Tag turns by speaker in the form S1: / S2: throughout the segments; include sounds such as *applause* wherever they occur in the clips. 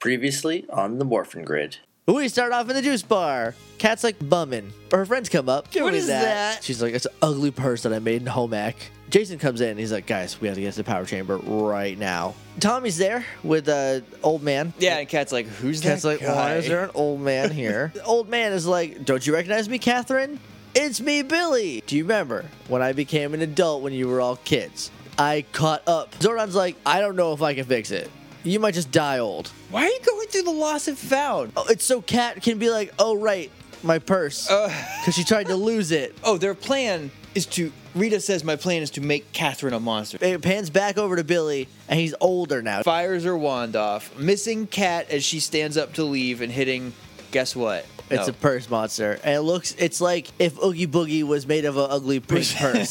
S1: Previously on the Morphin Grid.
S2: We start off in the juice bar. Cat's like bumming. Her friends come up.
S3: What
S2: "What is
S3: is that?"
S2: She's like, it's an ugly purse that I made in home ec. Jason comes in. He's like, guys, we have to get to the power chamber right now. Tommy's there with uh, old man.
S3: Yeah, and Cat's like, who's
S2: Cat's
S3: that
S2: like,
S3: guy?
S2: why is there an old man
S3: *laughs*
S2: here? the old man is like, don't you recognize me, Catherine? It's me, Billy. Do you remember when I became an adult when you were all kids? I caught up. Zordon's like, I don't know if I can fix it. You might just die old.
S3: Why are you going through the lost and found?
S2: Oh, it's so Cat can be like, oh right, my purse, because
S3: Uh,
S2: she tried to lose it.
S3: oh, their plan is to. Rita says my plan is to make Catherine a monster.
S2: It pans back over to Billy, and he's older now.
S3: Fires her wand off, missing Cat as she stands up to leave and hitting. Guess what?
S2: It's a purse monster, and it looks. It's like if Oogie Boogie was made of an ugly pink purse.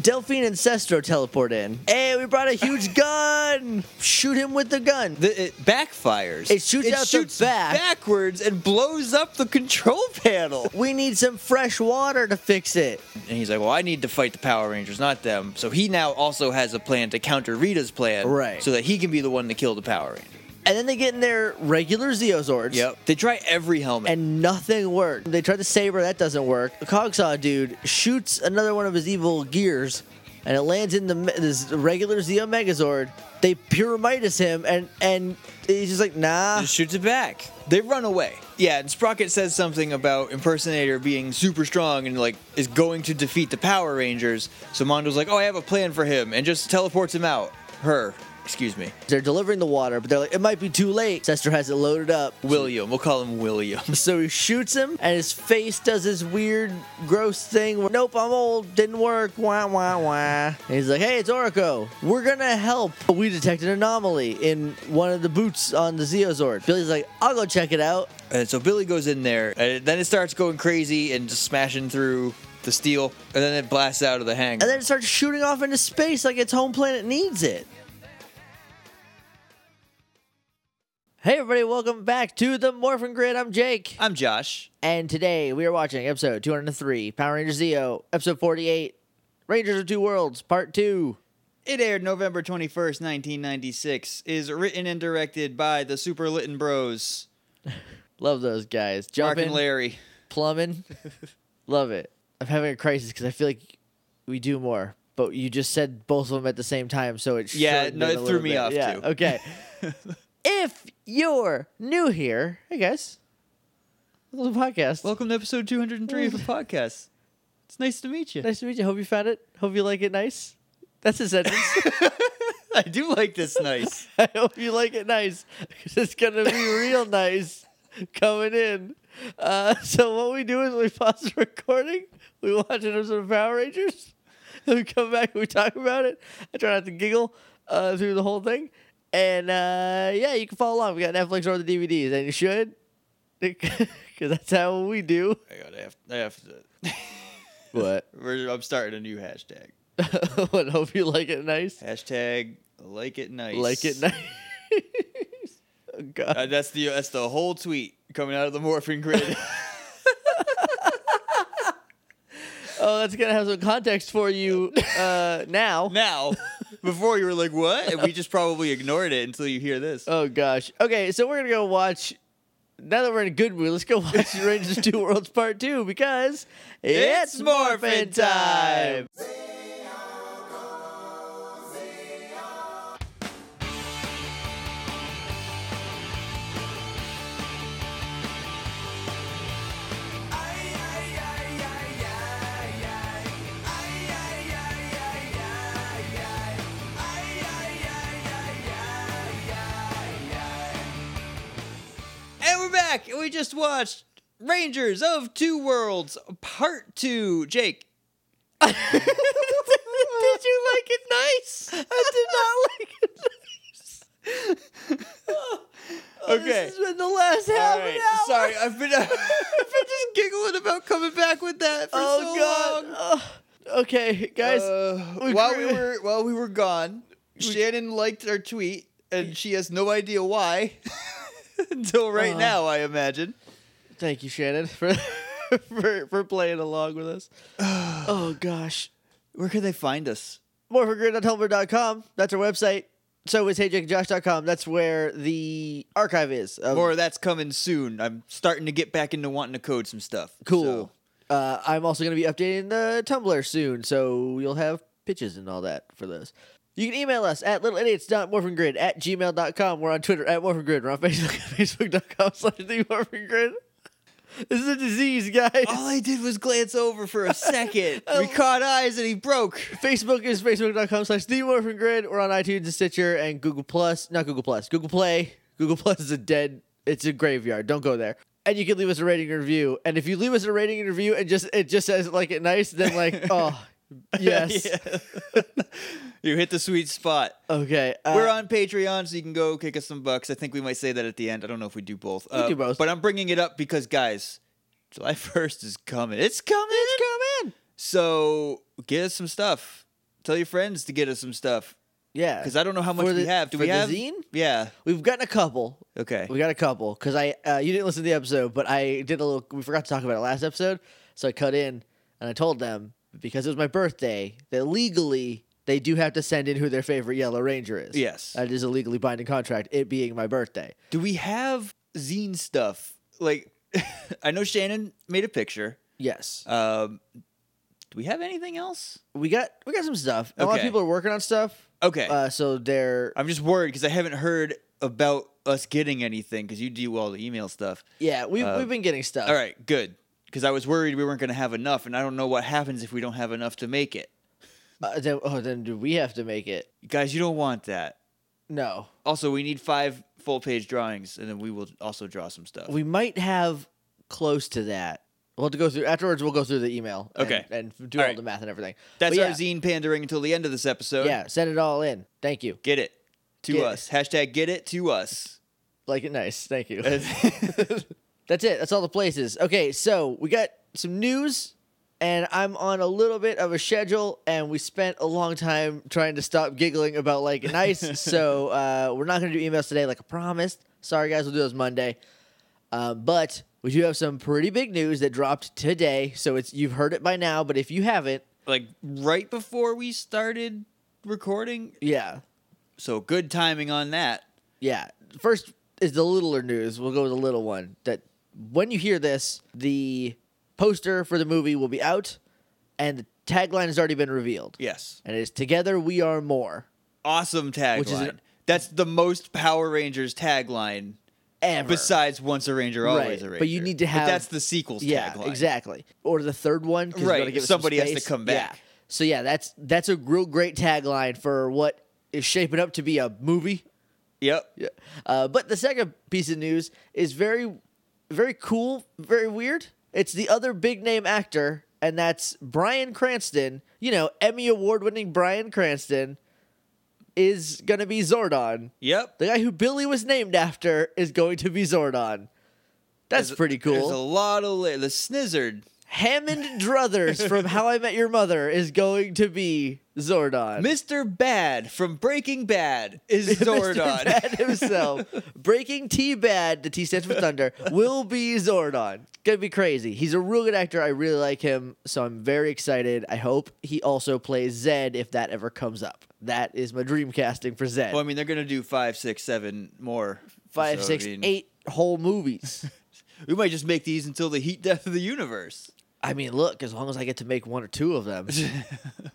S2: Delphine and Sestro teleport in. Hey, we brought a huge gun. Shoot him with the gun.
S3: The, it backfires.
S2: It shoots out the back.
S3: backwards and blows up the control panel.
S2: We need some fresh water to fix it.
S3: And he's like, "Well, I need to fight the Power Rangers, not them." So he now also has a plan to counter Rita's plan,
S2: Right.
S3: So that he can be the one to kill the Power Rangers.
S2: And then they get in their regular Zeozords.
S3: They try every helmet.
S2: and nothing worked. They tried the saber, that doesn't work. The Cogsaw dude shoots another one of his evil gears, and it lands in the me- this regular Zeo Megazord. They pyramitis him, and and he's just like, nah.
S3: and shoots it back. They run away. Yeah, and Sprocket says something about Impersonator being super strong and like is going to defeat the Power Rangers. So Mondo's like, "Oh, I have a plan for him," and just teleports him out. Her, excuse me,
S2: They're delivering the water, but they're like, it might be too late. Sester has it loaded up.
S3: William. We'll call him William. *laughs*
S2: So he shoots him, and his face does this weird, gross thing. Where, nope, I'm old. Didn't work. Wah, wah, wah. And he's like, hey, it's Oraco. We're going to help. We detect an anomaly in one of the boots on the Zeozord. Billy's like, I'll go check it out.
S3: And so Billy goes in there, and then it starts going crazy and just smashing through the steel, and then it blasts out of the hangar.
S2: And then it starts shooting off into space like its home planet needs it. Hey, everybody, welcome back to the Morphin Grid. I'm Jake.
S3: I'm Josh.
S2: And today we are watching episode 203, Power Rangers Zeo, episode 48, Rangers of Two Worlds, part two.
S3: It aired November 21st, 1996. Is written and directed by the Super Litton Bros,
S2: Love those guys.
S3: Mark
S2: Jumping,
S3: and Larry. *laughs*
S2: plumbing. Love it. I'm having a crisis because I feel like we do more, but you just said both of them at the same time, so it
S3: Yeah,
S2: shortened it
S3: no, it
S2: a
S3: threw
S2: little
S3: me
S2: bit.
S3: off,
S2: yeah,
S3: too.
S2: Okay.
S3: *laughs*
S2: if you're new here, hey guys, welcome to the podcast.
S3: Welcome to episode 203 *laughs* of the podcast. It's nice to meet you.
S2: Nice to meet you. Hope you found it. Hope you like it nice. That's a sentence.
S3: *laughs* I do like this nice.
S2: *laughs* I hope you like it nice *laughs* 'cause it's gonna be real nice coming in. Uh, *laughs* so what we do is we pause the recording, we watch an episode of Power Rangers, *laughs* and we come back and we talk about it. I try not to giggle uh, through the whole thing, and uh, yeah, you can follow along. We got Netflix or the DVDs, and you should, *laughs* because that's how we do.
S3: *laughs* I gotta have, I have to.
S2: What? *laughs*
S3: We're- I'm starting a new hashtag.
S2: what? Hope you like it nice.
S3: Hashtag like it nice.
S2: Like it nice. *laughs* oh, God.
S3: Uh, that's the that's the whole tweet coming out of the
S2: *laughs*
S3: morphing grid. *laughs*
S2: Oh, that's gonna have some context for you uh, now.
S3: *laughs* now, before you were like, "What?" and we just probably ignored it until you hear this.
S2: Oh gosh. Okay, so we're gonna go watch. Now that we're in a good mood, let's go *laughs* watch Rangers Two Worlds Part Two because it's, morphin' time.
S3: And we're back, and we just watched Rangers of Two Worlds Part Two. Jake,
S2: Did *laughs* you like it *laughs*
S3: *laughs*
S2: nice? I did not like it.
S3: *laughs*
S2: Nice.
S3: Okay.
S2: Oh, This has been the last half
S3: All right,
S2: an hour.
S3: Sorry, I've been, *laughs* I've been just giggling about coming back with that for
S2: Oh
S3: so
S2: god.
S3: long.
S2: Oh, okay, guys.
S3: Uh,
S2: we
S3: while
S2: cre-
S3: we were while we were gone, Shannon liked our tweet, and she has no idea why *laughs* until right
S2: Uh.
S3: now. I imagine.
S2: Thank you, Shannon, *laughs* for for, for playing along with
S3: *sighs*
S2: us. oh gosh.
S3: Where can they find us?
S2: morphingrid.tumblr.com. That's our website. so is heyjackandjosh.com. That's where the archive is. of-
S3: More of that's coming soon. I'm starting to get back into wanting to code some stuff.
S2: cool. Uh, I'm also going to be updating the Tumblr soon, so you'll have pitches and all that for those. You can email us at littleidiots.morphingrid at gmail.com. We're on Twitter at morphingrid. We're on *laughs* Facebook at facebook.com slash the morphingrid. This is a disease, guys.
S3: So, all I did was glance over for
S2: *laughs*
S3: a second.
S2: Oh.
S3: we caught eyes and he broke. *laughs*
S2: Facebook is facebook.com slash the Morphin Grid. We're on iTunes and Stitcher and Google Plus. Not Google Plus. Google Play. Google Plus is a dead it's a graveyard. Don't go there. And you can leave us a rating and review. And if you leave us a rating and review and just it just says like it nice, then
S3: *laughs*
S2: like, oh yes.
S3: Yeah. *laughs* you hit the sweet spot.
S2: Okay. uh,
S3: We're on Patreon, so you can go kick us some bucks. I think we might say that at the end. I don't know if we do both. We
S2: do both.
S3: But I'm bringing it up because, guys, July *laughs* 1st is coming. It's coming. It's coming. So get us some stuff. Tell your friends to get us some stuff
S2: Yeah.
S3: because I don't know how much
S2: For
S3: we
S2: the-
S3: have. Do
S2: for
S3: we
S2: the
S3: have?
S2: zine? Oh,
S3: Yeah.
S2: We've gotten a couple.
S3: Okay.
S2: We got a couple because I uh, you didn't listen to the episode, but I did a little. We forgot to talk about it last episode, so I cut in and I told them because it was my birthday that legally they do have to send in who their favorite Yellow Ranger is.
S3: Yes.
S2: that is a legally binding contract. It being my birthday.
S3: Do we have zine stuff? Like, *laughs* I know Shannon made a picture.
S2: Yes,
S3: Um, do we have anything else?
S2: we got we got some stuff. A lot of
S3: Okay.
S2: people are working on stuff.
S3: Okay.
S2: Uh, so they're
S3: I'm just worried because I haven't heard about us getting anything because you do all the email stuff.
S2: yeah we've we've been getting stuff.
S3: Uh, All right, good. Because I was worried we weren't going to have enough, and I don't know what happens if we don't have enough to make it.
S2: Uh, then, oh, then do we have to make it?
S3: Guys, you don't want that.
S2: No,
S3: Also, we need five full page drawings, and then we will also draw some stuff.
S2: we might have close to that. We'll have to go through afterwards. We'll go through the email. and-
S3: Okay.
S2: and, do
S3: All
S2: all
S3: right.
S2: the math and everything.
S3: That's
S2: But
S3: our
S2: yeah,
S3: zine pandering until the end of this episode.
S2: Yeah, send it all in. Thank you.
S3: Get it to
S2: Get-
S3: us. Hashtag get it to us.
S2: Like it nice. Thank you. *laughs* That's it. That's all the places. Okay, so we got some news, and I'm on a little bit of a schedule, and we spent a long time trying to stop giggling about like it nice. so uh, we're not gonna do emails today, like I promised. Sorry, guys. We'll do those Monday. Uh, but we do have some pretty big news that dropped today. So it's you've heard it by now, but if you haven't,
S3: like right before we started recording.
S2: yeah,
S3: So good timing on that.
S2: Yeah. First is the littler news. We'll go with the little one. That when you hear this, the poster for the movie will be out and the tagline has already been revealed.
S3: Yes.
S2: And it is Together We Are More.
S3: Awesome tagline.
S2: Which is an-
S3: That's the most Power Rangers tagline
S2: Ever.
S3: besides once a ranger always
S2: Right,
S3: a ranger
S2: but you need to have-
S3: that's the sequel's
S2: yeah,
S3: tagline
S2: exactly. Or the third one. 'cause you
S3: Right,
S2: gotta give it some
S3: somebody has to
S2: space.
S3: come
S2: Yeah.
S3: back.
S2: So yeah, that's that's a real great tagline for what is shaping up to be a movie.
S3: yep
S2: Yeah. Uh, but the second piece of news is very, very cool, very weird. It's the other big name actor, and that's Brian Cranston. You know, Emmy award winning Brian Cranston is going to be Zordon.
S3: yep
S2: The guy who Billy was named after is going to be Zordon. That's pretty
S3: there's a
S2: cool.
S3: lot of li- the snizzard
S2: Hammond Druthers from How I Met Your Mother is going to be Zordon.
S3: mr bad from breaking bad
S2: *laughs*
S3: is
S2: Mr.
S3: zordon *laughs*
S2: Bad himself, breaking T Bad, the T stands for Thunder, will be Zordon. Gonna be crazy. He's a real good actor. I really like him, so I'm very excited. I hope he also plays Zed if that ever comes up. That is my dream casting for Zed.
S3: well i mean they're gonna do five six seven more
S2: Five,
S3: so, I
S2: six, eight
S3: mean,
S2: whole movies.
S3: we might just make these until the heat death of
S2: *laughs*
S3: the universe
S2: I mean, look, as long as I get to make one or two of
S3: *laughs*
S2: them,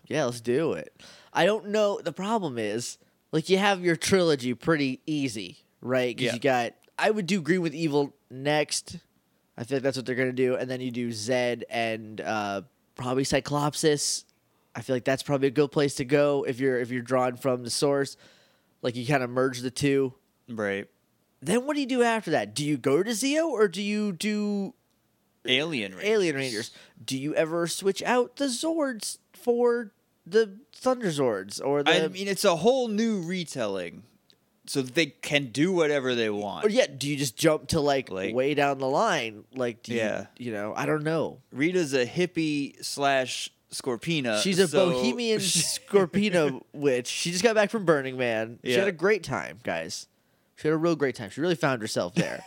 S2: yeah, let's do it. I don't know. The problem is, like, you have your trilogy pretty easy, right? Because
S3: Yeah.
S2: you got, I would do Green with Evil next. I feel like that's what they're going to do. And then you do Zed and uh, probably Cyclopsis. I feel like that's probably a good place to go if you're if you're drawn from the source. Like you kind of merge the two.
S3: right
S2: Then what do you do after that? Do you go to Zeo or do you do
S3: alien rangers.
S2: Alien Rangers. Do you ever switch out the Zords for the Thunder Zords or the?
S3: i mean it's a whole new retelling so that they can do whatever they want
S2: or yeah, do you just jump to like,
S3: Like-
S2: way down the line? Like, do you,
S3: Yeah.
S2: you know, I don't know.
S3: rita's a hippie slash scorpina
S2: She's a
S3: Uh, so *laughs*
S2: bohemian
S3: she-
S2: Scorpino witch. She just got back from Burning Man. She
S3: Yeah.
S2: had a great time, guys. She had a real great time. She really found herself
S3: *laughs*
S2: there,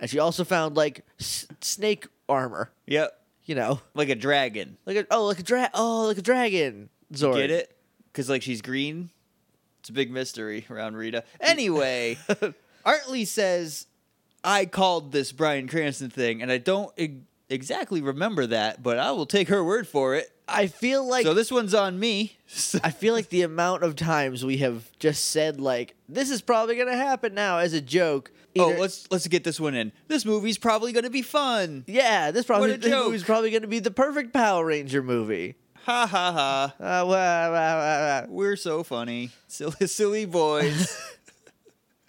S2: and she also found like s- snake armor.
S3: yep
S2: You know,
S3: like a dragon.
S2: like a, oh, like a dra- oh, like a dragon Zord.
S3: Get it? Because like she's green. It's a big mystery around Rita. Anyway, *laughs* Artley says, I called this Brian Cranston thing, and I don't e- exactly remember that, but I will take her word for it.
S2: I feel like
S3: so this one's on me. *laughs*
S2: I feel like the amount of times we have just said like this is probably gonna happen now as a joke.
S3: oh,
S2: Either-
S3: let's let's get this one in. This movie's probably gonna be fun.
S2: yeah, *laughs* this probably
S3: What a joke.
S2: is probably gonna be the perfect Power Ranger movie.
S3: Ha ha ha.
S2: Uh, wah, wah, wah, wah.
S3: We're so funny. Silly *laughs* silly boys.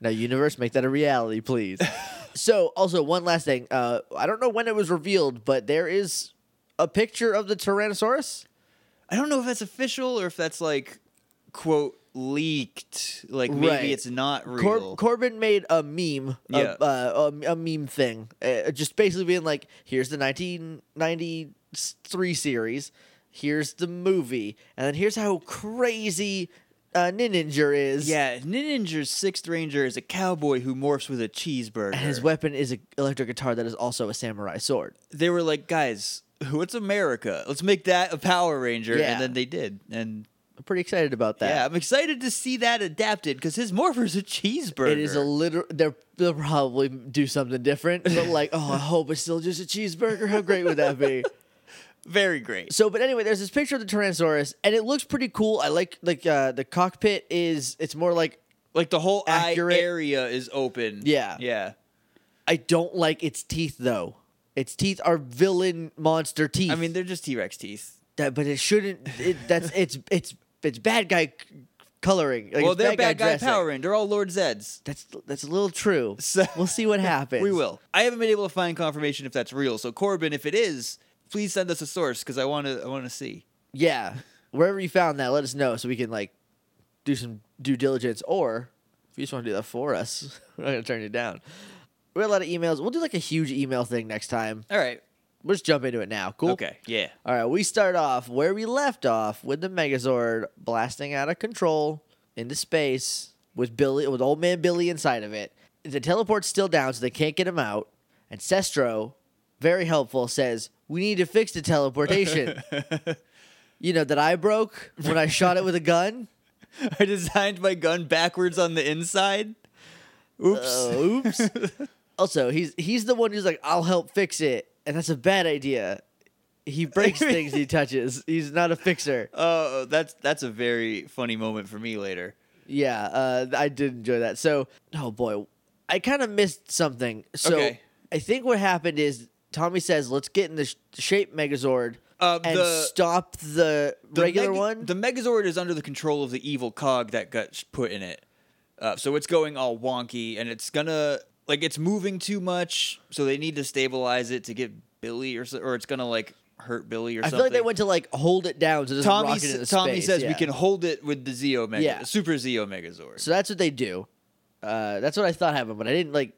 S2: Now, universe, make that a reality,
S3: *laughs*
S2: please. so, also one last thing. Uh, I don't know when it was revealed, but there is a picture of the Tyrannosaurus.
S3: I don't know if that's official or if that's like quote leaked. Like maybe
S2: Right.
S3: it's not
S2: Cor-
S3: real.
S2: Corbin made a meme, a,
S3: Yeah.
S2: uh, a, a meme thing, uh, just basically being like, "Here's the 1993 series, here's the movie, and then here's how crazy uh, Ninja is."
S3: yeah, Ninja's sixth ranger is a cowboy who morphs with a cheeseburger.
S2: and his weapon is an electric guitar that is also a samurai sword.
S3: they were like, guys, what's America? Let's make that a Power Ranger,
S2: Yeah.
S3: and then they did. And
S2: I'm pretty excited about that.
S3: yeah, I'm excited to see that adapted because his morpher's a cheeseburger.
S2: It is a literal. They're, they'll probably do something different, but like, oh, I hope it's still just a cheeseburger. How great would that
S3: *laughs*
S2: be?
S3: very great.
S2: So, but anyway, there's this picture of the Tyrannosaurus, and it looks pretty cool. I like like uh, the cockpit is. It's more like
S3: Like the whole
S2: Accurate.
S3: eye area is open.
S2: Yeah.
S3: yeah.
S2: I don't like its teeth though. Its teeth are villain monster teeth.
S3: I mean, they're just T Rex teeth.
S2: that, but it shouldn't. It, that's it's it's it's bad guy c- coloring. Like,
S3: well,
S2: it's
S3: they're bad guy,
S2: dressing.
S3: Power Ranger. They're all Lord Zeds.
S2: That's that's a little true.
S3: So-
S2: we'll see what happens.
S3: *laughs* We will. I haven't been able to find confirmation if that's real. So Corbin, if it is, please send us a source because I want to. I want to see.
S2: Yeah, wherever you found that, let us know so we can like do some due diligence, or if you just want to do that for us, *laughs* we're not gonna turn you down. We had a lot of emails. We'll do like a huge email thing next time.
S3: All right.
S2: We'll just jump into it now. Cool.
S3: Okay. Yeah.
S2: All right. We start off where we left off with the Megazord blasting out of control into space with Billy, with old man Billy inside of it. The teleport's still down, so they can't get him out. And Sestro, very helpful, says we need to fix the teleportation. you know that I broke when I shot it with a gun.
S3: *laughs* I designed my gun backwards on the inside. Oops.
S2: Oh, oops. also, he's he's the one who's like, I'll help fix it, and that's a bad idea. He breaks things he touches. He's not a fixer.
S3: Oh, that's that's a very funny moment for me later.
S2: Yeah, uh, I did enjoy that. So, oh boy, I kind of missed something. So,
S3: Okay.
S2: I think what happened is Tommy says, "Let's get in the sh- shape Megazord
S3: Uh,
S2: and
S3: the-
S2: stop the,
S3: The
S2: regular
S3: Meg-
S2: one."
S3: The Megazord is under the control of the evil cog that got sh- put in it. Uh, so it's going all wonky and it's gonna like it's moving too much. So they need to stabilize it to get Billy or so, or it's gonna like hurt Billy or
S2: I
S3: something.
S2: feel like they went to like hold it down so it doesn't
S3: Tommy,
S2: rocket
S3: s-
S2: into
S3: Tommy
S2: space.
S3: says
S2: yeah.
S3: we can hold it with the Zeo Mega,
S2: Yeah.
S3: Super Zeo Megazord.
S2: So that's what they do. Uh, that's what I thought happened, but I didn't like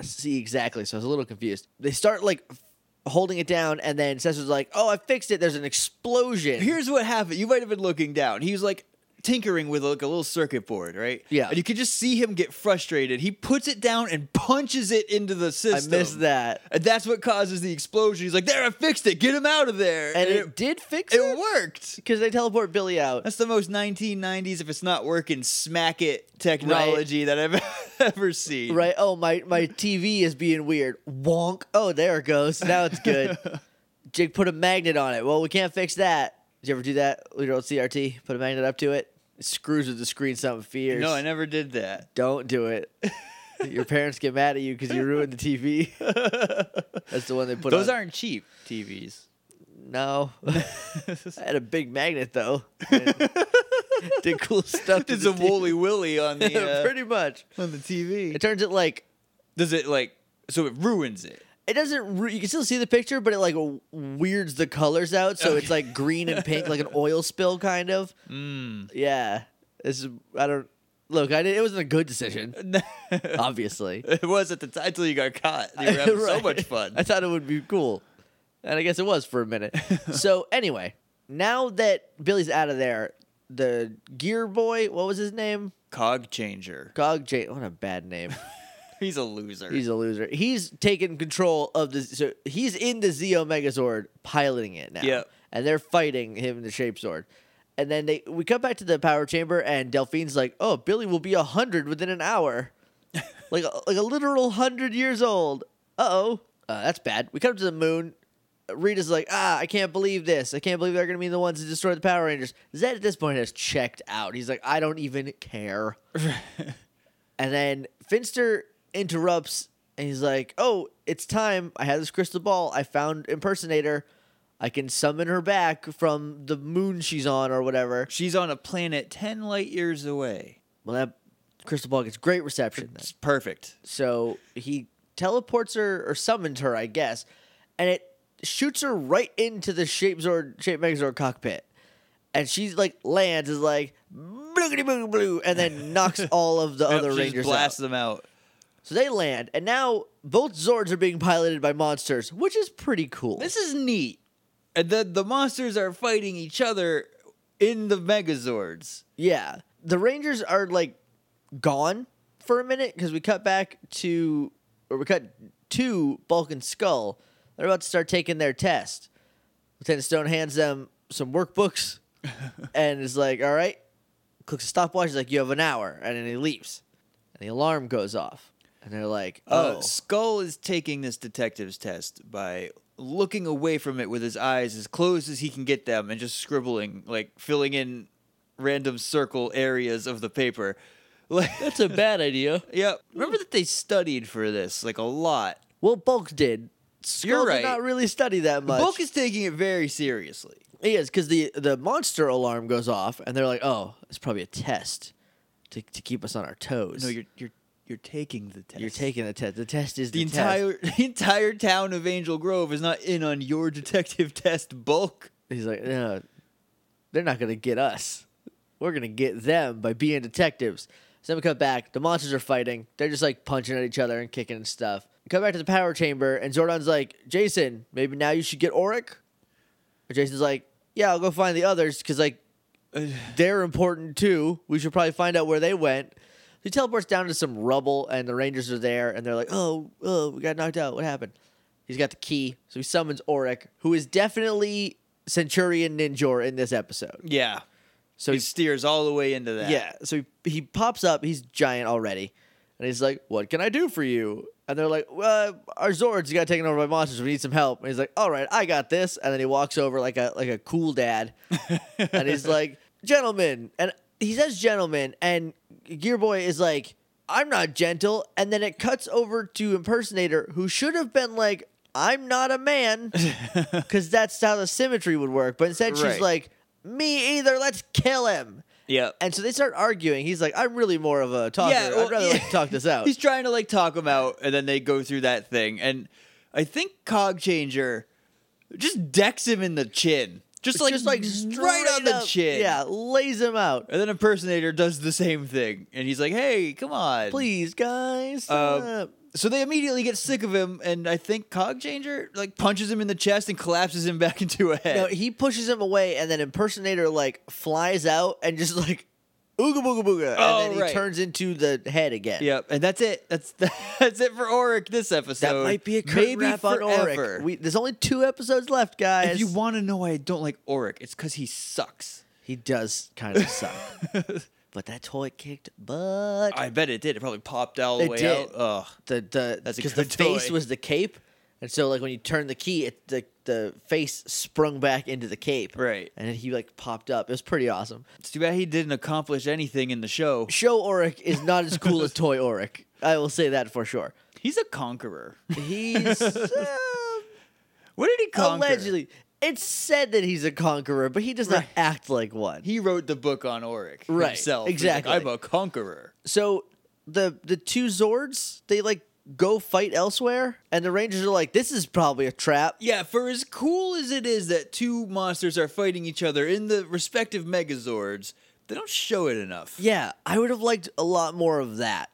S2: see exactly, so I was a little confused. They start like f- holding it down, and then Cesar's like, "Oh, I fixed it." There's an explosion.
S3: Here's what happened. You might have been looking down. He was like tinkering with like a little circuit board, right?
S2: Yeah.
S3: And you could just see him get frustrated. He puts it down and punches it into the
S2: I
S3: system.
S2: missed that,
S3: And that's what causes the explosion. He's like, "There, I fixed it. Get him out of there."
S2: and it, did fix
S3: it,
S2: it.
S3: it worked.
S2: because they teleport Billy out.
S3: That's the most 1990s if it's not working smack it technology that I've *laughs* ever seen.
S2: Right? Oh, my my TV is being weird. Wonk. Oh, there it goes. Now it's
S3: *laughs*
S2: good. Jake put a magnet on it. Well, we can't fix that. Did you ever do that? We don't CRT. Put a magnet up to it. It screws with the screen something fierce.
S3: No, I never did that.
S2: Don't do
S3: *laughs*
S2: it. Your parents get mad at you because you ruined the TV.
S3: *laughs*
S2: That's the one they put
S3: Those
S2: on.
S3: aren't cheap TVs. *laughs*
S2: No. I had a big magnet, though. *laughs* and Did cool stuff. to
S3: It's
S2: the
S3: a
S2: TV.
S3: woolly willy on *laughs* the
S2: *laughs*
S3: uh,
S2: Pretty much.
S3: on the TV.
S2: It turns it like
S3: Does it like so it ruins it?
S2: it doesn't re- you can still see the picture but it like w- weirds the colors out so it's like green and pink
S3: *laughs*
S2: like an oil spill kind of
S3: Mm.
S2: yeah this is i don't look i did it wasn't a good
S3: *laughs*
S2: decision
S3: it
S2: obviously
S3: was at the time until you got caught. You were having
S2: *laughs*
S3: so
S2: Right.
S3: much fun.
S2: i thought it would be cool and i guess it was for a
S3: *laughs*
S2: minute so anyway now that billy's out of there the gear boy what was his name
S3: Cog changer.
S2: cog j what a bad name
S3: He's a loser.
S2: he's a loser he's taking control of the so he's in the zeo megazord piloting it now
S3: Yep.
S2: and they're fighting him in the shape sword And then they we come back to the power chamber, and Delphine's like, "Oh, Billy will be a hundred within an
S3: *laughs*
S2: hour, like a, like a literal hundred years old." Uh-oh. Uh That's bad. We come to the moon. Rita's like, "Ah, I can't believe this. I can't believe they're gonna be the ones that destroy the Power Rangers." Zed at this point has checked out. He's like, "I don't even care." And then Finster interrupts and he's like, Oh, it's time. I had this crystal ball. I found impersonator. I can summon her back from the moon she's on or whatever.
S3: She's on a planet 10 light years away.
S2: Well, that crystal ball gets great reception then.
S3: It's perfect.
S2: So he teleports her or summons her, I guess, and it shoots her right into the Shape Zord, Shape Megazord cockpit. And she's like lands is like bloogity blue blue and then knocks all of the other
S3: Yep, she just
S2: rangers out.
S3: blasts them out.
S2: So they land, and now both Zords are being piloted by monsters, which is pretty cool.
S3: This is neat. And the, the monsters are fighting each other in the Megazords.
S2: yeah. The Rangers are like gone for a minute because we cut back to, or we cut to Bulk and Skull. They're about to start taking their test. Lieutenant Stone hands them some workbooks and is like, all right, clicks a stopwatch. He's like, you have an hour. And then he leaves. And the alarm goes off. And they're like,
S3: Uh,
S2: oh. *laughs*
S3: Skull is taking this detective's test by looking away from it with his eyes as close as he can get them and just scribbling, like filling in random circle areas of the paper. *laughs* Like,
S2: that's a bad idea.
S3: *laughs* yeah. Remember that they studied for this, like a lot.
S2: Well, Bulk did. Skull
S3: You're
S2: did
S3: right.
S2: not really study that much.
S3: Bulk is taking it very seriously.
S2: He is because the the monster alarm goes off, and they're like, "Oh, it's probably a test to, to keep us on our toes."
S3: No, you're you're you're taking the test.
S2: You're taking the test. The test is the,
S3: the
S2: test.
S3: entire *laughs* the entire town of Angel Grove is not in on your detective *laughs* test, Bulk.
S2: He's like, "No, they're not gonna get us. We're gonna get them by being detectives." So then we come back. The monsters are fighting. They're just like punching at each other and kicking and stuff. We come back to the power chamber, and Zordon's like, "Jason, maybe now you should get Oric." And Jason's like, "Yeah, I'll go find the others because like they're important too. We should probably find out where they went. He teleports down to some rubble, and the Rangers are there, and they're like, "Oh, oh, we got knocked out. What happened?" He's got the key, so he summons Oric, who is definitely Centurion Ninjor in this episode.
S3: Yeah.
S2: So
S3: he
S2: he's
S3: steers all the way into that.
S2: yeah, so he, he pops up. He's giant already, and he's like, "What can I do for you?" And they're like, well, "Our Zords got taken over by monsters. We need some help." And he's like, "All right, I got this." And then he walks over like a like a cool dad,
S3: *laughs*
S2: and he's like, "Gentlemen," and he says, "Gentlemen," and Gearboy is like, "I'm not gentle." And then it cuts over to impersonator, who should have been like, "I'm not a
S3: *laughs*
S2: man," because that's how the symmetry would work. But instead, she's
S3: Right.
S2: like, "Me either. Let's kill him."
S3: Yeah.
S2: And so they start arguing. He's like, I'm really more of a talker.
S3: Yeah, well,
S2: I'd rather like
S3: yeah.
S2: talk this out.
S3: *laughs* He's trying to like talk him out, and then they go through that thing. And I think Cog Changer just decks him in the chin, just like
S2: Just like
S3: right on
S2: straight
S3: the
S2: up,
S3: chin.
S2: Yeah, lays him out.
S3: And then Impersonator does the same thing, and he's like, "Hey, come on,
S2: Please, guys.
S3: Uh,
S2: stop."
S3: So they immediately get sick of him, and I think Cog Changer like punches him in the chest and collapses him *laughs* back into a head.
S2: no, he pushes him away, and then impersonator like flies out and just *laughs* like ooga booga booga,
S3: Oh,
S2: and then he
S3: right.
S2: turns into the head again.
S3: Yep, and that's it. That's *laughs* that's it for Oric this episode.
S2: that might be a Kurt
S3: maybe
S2: Rapp on Ulrich.
S3: forever.
S2: We, there's only two episodes left, guys.
S3: if you want to know why I don't like Oric, it's because he sucks.
S2: he does kind of
S3: *laughs*
S2: suck, but that toy kicked butt.
S3: I bet it did. It probably popped all the
S2: It
S3: way out.
S2: did.
S3: Ugh.
S2: the the
S3: That's a
S2: because the
S3: good
S2: face
S3: toy.
S2: was the cape, and so like when you turn the key, it the the face sprung back into the cape,
S3: Right.
S2: And then he like popped up. It was pretty awesome.
S3: It's too bad he didn't accomplish anything in the show.
S2: Show Oric is not as cool as toy Oric. I will say that for sure.
S3: He's a *laughs* conqueror.
S2: He's uh,
S3: What did he conquer?
S2: allegedly. It's said that he's a conqueror, but he does not act like one.
S3: He wrote the book on Oric
S2: Right,
S3: himself. He's
S2: exactly.
S3: Like, I'm a conqueror.
S2: So the the two Zords they like go fight elsewhere, and the Rangers are like, "This is probably a trap."
S3: Yeah, for as cool as it is that two monsters are fighting each other in the respective Megazords, they don't show it enough.
S2: Yeah, I would have liked a lot more of that.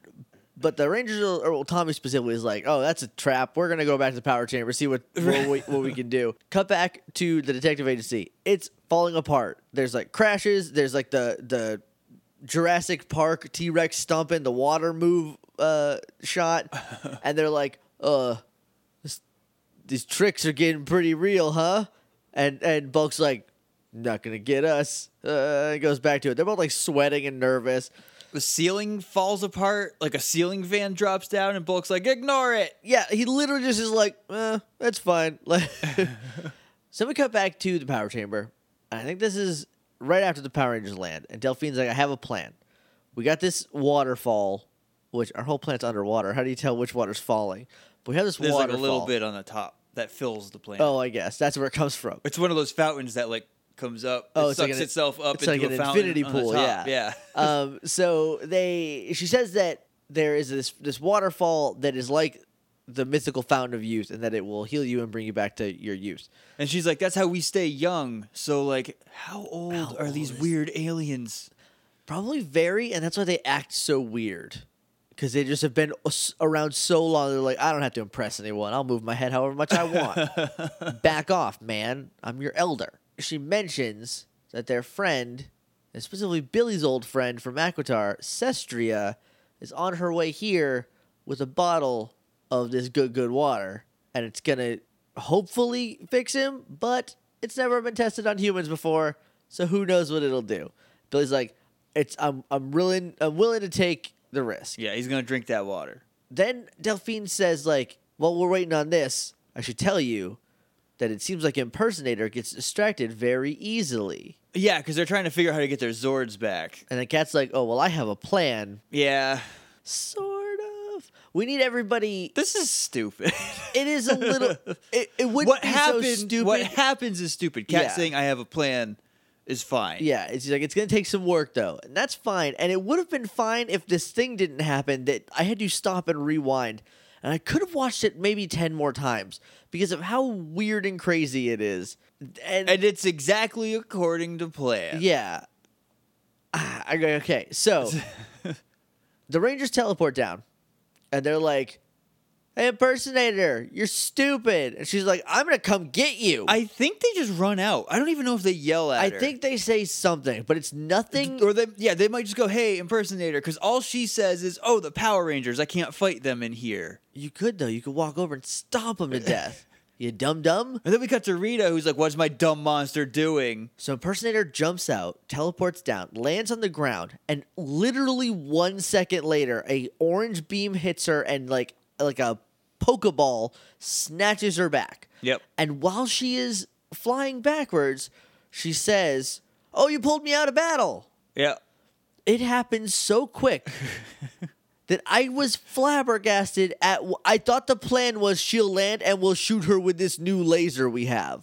S2: But the Rangers, are- or well, Tommy specifically, is like, "Oh, that's a trap. We're gonna go back to the power chamber, see what what we, what we can do." Cut back to the detective agency. It's falling apart. There's like crashes. There's like the the Jurassic Park T Rex stomping the water move uh, shot, and they're like, "Uh, this, these tricks are getting pretty real, huh?" And and Bulk's like, not gonna get us. Uh, it goes back to it. They're both like sweating and nervous.
S3: The ceiling falls apart, like a ceiling fan drops down, and Bulk's like, ignore it.
S2: Yeah, he literally just is like, eh, that's fine. *laughs*
S3: *laughs*
S2: Like, so we cut back to the power chamber. I think this is right after the Power Rangers land, and Delphine's like, I have a plan. We got this waterfall, which our whole planet's underwater. How do you tell which water's falling? But we have this
S3: There's
S2: waterfall.
S3: like a little bit on the top that fills the planet.
S2: Oh, I guess that's where it comes from.
S3: It's one of those fountains that like comes up.
S2: Oh,
S3: it
S2: it's
S3: sucks
S2: like an-
S3: itself up
S2: it's
S3: into
S2: like
S3: a
S2: an
S3: fountain
S2: infinity
S3: on the
S2: pool,
S3: top.
S2: yeah.
S3: yeah.
S2: *laughs* um, so they, she says that there is this this waterfall that is like the mythical fountain of youth, and that it will heal you and bring you back to your youth.
S3: And she's like, "That's how we stay young." So like, how old
S2: How
S3: are these
S2: old is-
S3: weird aliens?
S2: Probably very, and that's why they act so weird. Because they just have been s- around so long, they're like, I don't have to impress anyone. I'll move my head however much I want. Back off, man. I'm your elder. She mentions that their friend, and specifically Billy's old friend from Aquitar, Sestria, is on her way here with a bottle of this good, good water. And it's going to hopefully fix him, but it's never been tested on humans before. So who knows what it'll do? Billy's like, it's I'm I'm willing I'm willing to take the risk.
S3: Yeah, he's gonna drink that water.
S2: Then Delphine says like, "Well, we're waiting on this. I should tell you that it seems like impersonator gets distracted very easily."
S3: Yeah, because they're trying to figure out how to get their Zords back.
S2: And the cat's like, "Oh, well, I have a plan."
S3: Yeah,
S2: Sort of. We need everybody.
S3: this
S2: *laughs*
S3: is stupid.
S2: It is a
S3: *laughs*
S2: little. It, it would
S3: what
S2: be
S3: happened?
S2: so stupid.
S3: What happens is stupid. Cat
S2: Yeah.
S3: saying, "I have a plan," is fine.
S2: Yeah, it's like it's gonna take some work though, and that's fine. And it would have been fine if this thing didn't happen. That I had to stop and rewind, and I could have watched it maybe ten more times because of how weird and crazy it is. And,
S3: and it's exactly according to plan.
S2: yeah, Ah, I go okay.
S3: *laughs*
S2: So the Rangers teleport down, and they're like, "Hey, impersonator, you're stupid," and she's like, "I'm gonna come get you."
S3: I think they just run out. I don't even know if they yell at
S2: I
S3: her.
S2: think they say something, but it's nothing.
S3: or they yeah they might just go hey impersonator because all she says is oh the power rangers i can't fight them in here
S2: You could though. You could walk over and stomp him
S3: *laughs*
S2: to death. You dumb dumb.
S3: and then we cut to rita who's like what's my dumb monster doing
S2: So impersonator jumps out, teleports down, lands on the ground, and literally one second later, a orange beam hits her and like like a pokeball snatches her back.
S3: Yep.
S2: And while she is flying backwards, she says, "Oh, you pulled me out of battle."
S3: yeah
S2: it happened so quick that I was flabbergasted at. W- I thought the plan was she'll land and we'll shoot her with this new laser we have,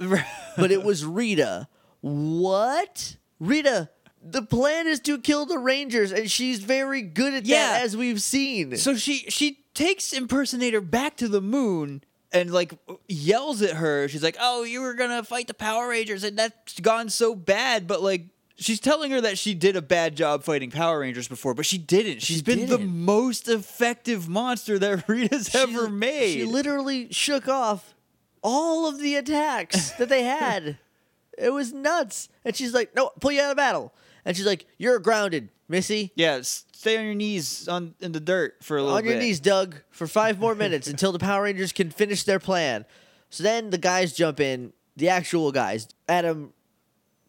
S2: but it was Rita. What? Rita. The plan is to kill the Rangers, and she's very good at
S3: Yeah.
S2: that, as we've seen.
S3: so she she takes impersonator back to the moon and like yells at her she's like oh you were gonna fight the power rangers and that's gone so bad but like She's telling her that she did a bad job fighting Power Rangers before, but she didn't. She's
S2: She
S3: been the
S2: didn't.
S3: most effective monster that *laughs* Rita's
S2: She-
S3: ever made.
S2: She literally shook off all of the
S3: *laughs*
S2: attacks that they had. it was nuts. And she's like, "No, pull you out of battle." And she's like, "You're grounded, Missy."
S3: Yeah, s- stay on your knees on in the dirt for a little
S2: on your
S3: bit.
S2: knees, Doug, for five more minutes until the Power Rangers can finish their plan. So then the guys jump in, the actual guys. Adam,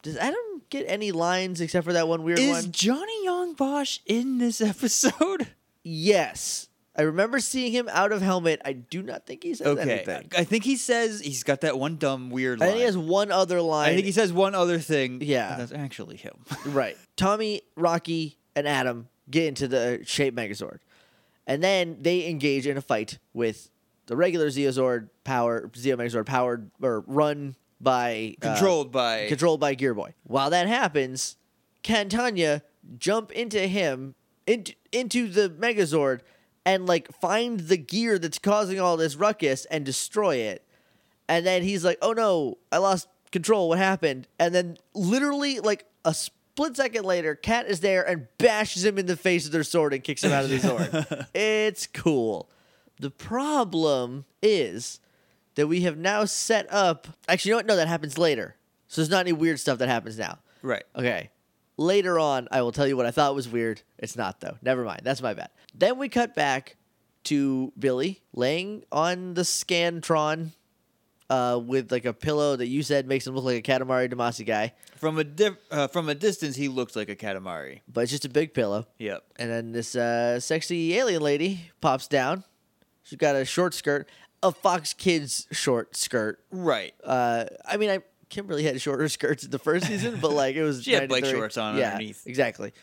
S2: does Adam get any lines except for that one weird
S3: Is
S2: one?
S3: Johnny Young Bosch in
S2: *laughs*
S3: this episode?
S2: Yes, I remember seeing him out of helmet. I do not think he says
S3: Okay,
S2: anything.
S3: I think he says he's got that one dumb weird
S2: I
S3: line.
S2: think he has one other line.
S3: I think he says one other thing.
S2: Yeah.
S3: and that's actually him. *laughs*
S2: Right. Tommy, Rocky, and Adam get into the Shape Megazord. And then they engage in a fight with the regular Zeozord power, Zeo Megazord powered or run by. uh,
S3: Controlled by-
S2: Controlled by Gearboy. While that happens, Cantania jump into him, into, into the Megazord, and like find the gear that's causing all this ruckus and destroy it. And then he's like, "Oh no, I lost control. What happened?" And then literally like a split second later, Cat is there and bashes him in the face with their sword and kicks him out of the sword. it's cool. The problem is that we have now set up. Actually, you know what? No, that happens later. So there's not any weird stuff that happens now.
S3: right.
S2: Okay. Later on, I will tell you what I thought was weird. It's not, though. Never mind. That's my bad. Then we cut back to Billy laying on the Scantron uh, with like a pillow that you said makes him look like a Katamari Damacy guy,
S3: From a diff- uh, from a distance, he looked like a Katamari.
S2: but it's just a big pillow.
S3: Yep.
S2: And then this uh, sexy alien lady pops down. She's got a short skirt, a Fox Kids short skirt.
S3: Right.
S2: Uh, I mean, I Kimberly had shorter skirts in the first season, but like it was
S3: *laughs* She had Blake
S2: 93.
S3: shorts on
S2: yeah,
S3: underneath.
S2: Exactly.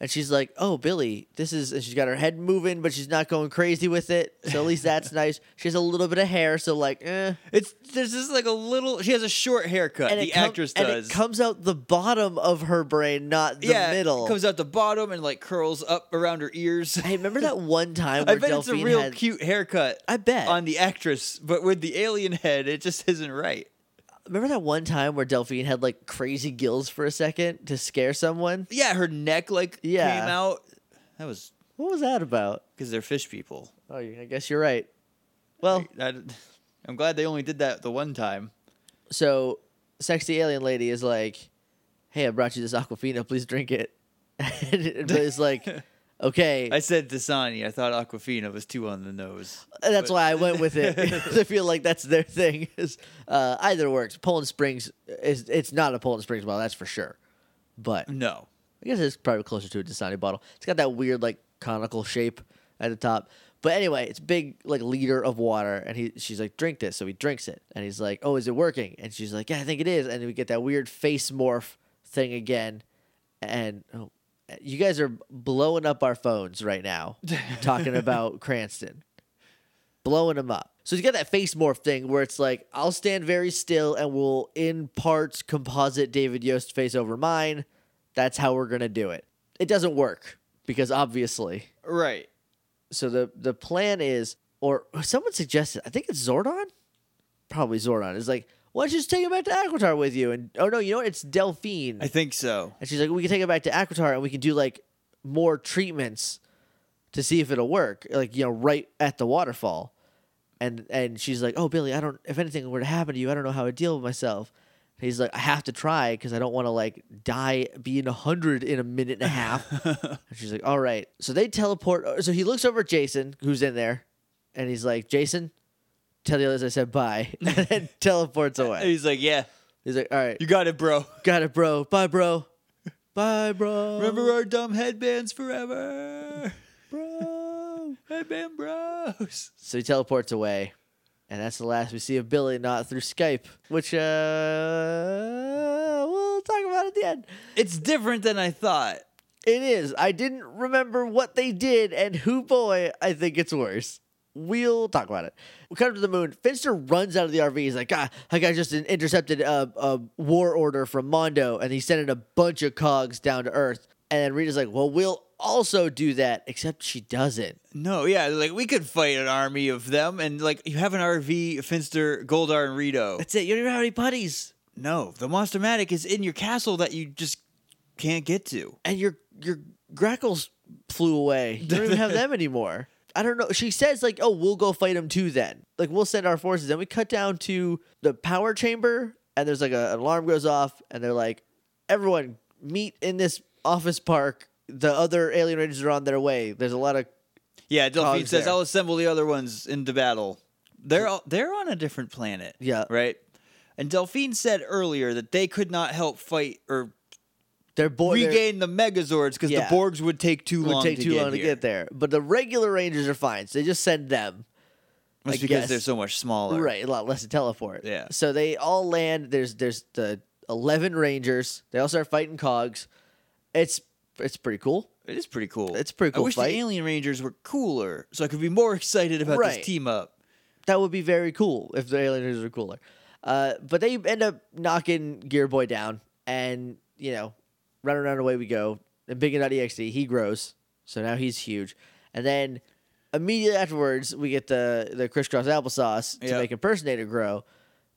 S2: And she's like, "Oh, Billy, this is." And she's got her head moving, but she's not going crazy with it. So at least
S3: *laughs*
S2: that's nice. She has a little bit of hair, so like, eh.
S3: It's there's just like a little. She has a short haircut. the
S2: com-
S3: actress
S2: and
S3: does.
S2: it comes out the bottom of her brain, not the
S3: yeah,
S2: middle.
S3: It comes out the bottom and like curls up around her
S2: *laughs*
S3: ears.
S2: I remember that one time
S3: *laughs* I
S2: where
S3: bet
S2: Delphine
S3: it's a real
S2: had.
S3: cute haircut.
S2: I bet.
S3: on the actress, but with the alien head, it just isn't right.
S2: Remember that one time where Delphine had like crazy gills for a second to scare someone?
S3: Yeah, her neck like
S2: Yeah.
S3: came out. That was
S2: What was that about?
S3: because they're fish people.
S2: Oh, I guess you're right. Well,
S3: I, *laughs* am glad they only did that the one time.
S2: so sexy alien lady is like, "Hey, I brought you this Aquafina. Please drink it." *laughs* and Billy's like, "Okay."
S3: I said Dasani. I thought Aquafina was too on the nose.
S2: And that's why I went with it. 'cause I feel like that's their thing. Is uh, either works. Poland Springs is it's not a Poland Springs bottle, that's for sure. But
S3: No,
S2: I guess it's probably closer to a Dasani bottle. It's got that weird like conical shape at the top. But anyway, it's a big like liter of water, and he she's like, "Drink this." So he drinks it, and he's like, "Oh, is it working?" And she's like, "Yeah, I think it is." And we get that weird face morph thing again, and oh, you guys are blowing up our phones right now talking about Cranston, blowing him up. So he's got that face morph thing where it's like, "I'll stand very still, and we'll in parts composite David Yost's face over mine." That's how we're gonna do it. It doesn't work because obviously
S3: right.
S2: so the the plan is, or someone suggested, I think it's Zordon, probably Zordon. Is like, why don't you just take it back to Aquatar with you? And oh no, you know what? It's Delphine,
S3: I
S2: *laughs*
S3: think so.
S2: and she's like, we can take it back to Aquatar and we can do like more treatments to see if it'll work, like you know, right at the waterfall. And and she's like, oh Billy, I don't. If anything were to happen to you, I don't know how I deal with myself. And he's like, I have to try because I don't want to like die being a hundred in a minute and a
S3: *laughs*
S2: half. and she's like, all right. So they teleport. uh, So he looks over at Jason, who's in there, and he's like, Jason, tell the others I said bye, *laughs* and
S3: *laughs*
S2: then teleports away.
S3: He's like, yeah,
S2: He's like, all right,
S3: you got it, bro.
S2: got it, bro. Bye, bro. Bye, bro.
S3: Remember our dumb headbands forever,
S2: bro.
S3: *laughs* headband bros.
S2: So he teleports away, and that's the last we see of Billy, not through Skype, which uh, we'll talk about at the end.
S3: It's different than I thought.
S2: It is. I didn't remember what they did, and who boy, I think it's worse. We'll talk about it. We come to the moon. Finster runs out of the RV. He's like, ah, I got just an intercepted uh, a war order from Mondo, and he's sending a bunch of cogs down to Earth. And then Rita's like, well, we'll also do that, except she doesn't.
S3: No, yeah, like we could fight an army of them, and like you have an RV, Finster, Goldar, and Rito.
S2: That's it. You don't even have any putties.
S3: No, the Monstermatic is in your castle that you just can't get to.
S2: and your your grackles flew away. You don't even
S3: *laughs*
S2: have them anymore. I don't know. She says like, "Oh, we'll go fight them too." Then, like, we'll send our forces. Then we cut down to the power chamber, and there's like a, an alarm goes off, and they're like, "Everyone, meet in this office park. The other alien rangers are on their way. There's a lot of
S3: Yeah, Delphine
S2: Cog's
S3: says,
S2: there.
S3: "I'll assemble the other ones into battle." They're all, they're on a different planet.
S2: Yeah.
S3: right. And Delphine said earlier that they could not help fight or
S2: they're boy they're-
S3: regain the Megazords because
S2: Yeah.
S3: the Borgs would take too
S2: would
S3: long.
S2: take
S3: to
S2: too
S3: get
S2: long to
S3: here.
S2: get there, but the regular rangers are fine. So they just send them.
S3: That's
S2: I
S3: because
S2: guess.
S3: they're so much smaller.
S2: Right, a lot less to teleport.
S3: Yeah.
S2: So they all land. There's there's the eleven rangers. They all start fighting cogs. It's it's pretty cool.
S3: It is pretty cool.
S2: It's a pretty cool
S3: I wish
S2: fight.
S3: the Alien Rangers were cooler, so I could be more *laughs* excited about
S2: Right.
S3: this team up.
S2: That would be very cool if the alien rangers were cooler. Uh, but they end up knocking Gear Boy down, and you know, run around away we go. And Big.exe he grows, so now he's huge. And then immediately afterwards, we get the the crisscross applesauce to
S3: Yep.
S2: make impersonator grow.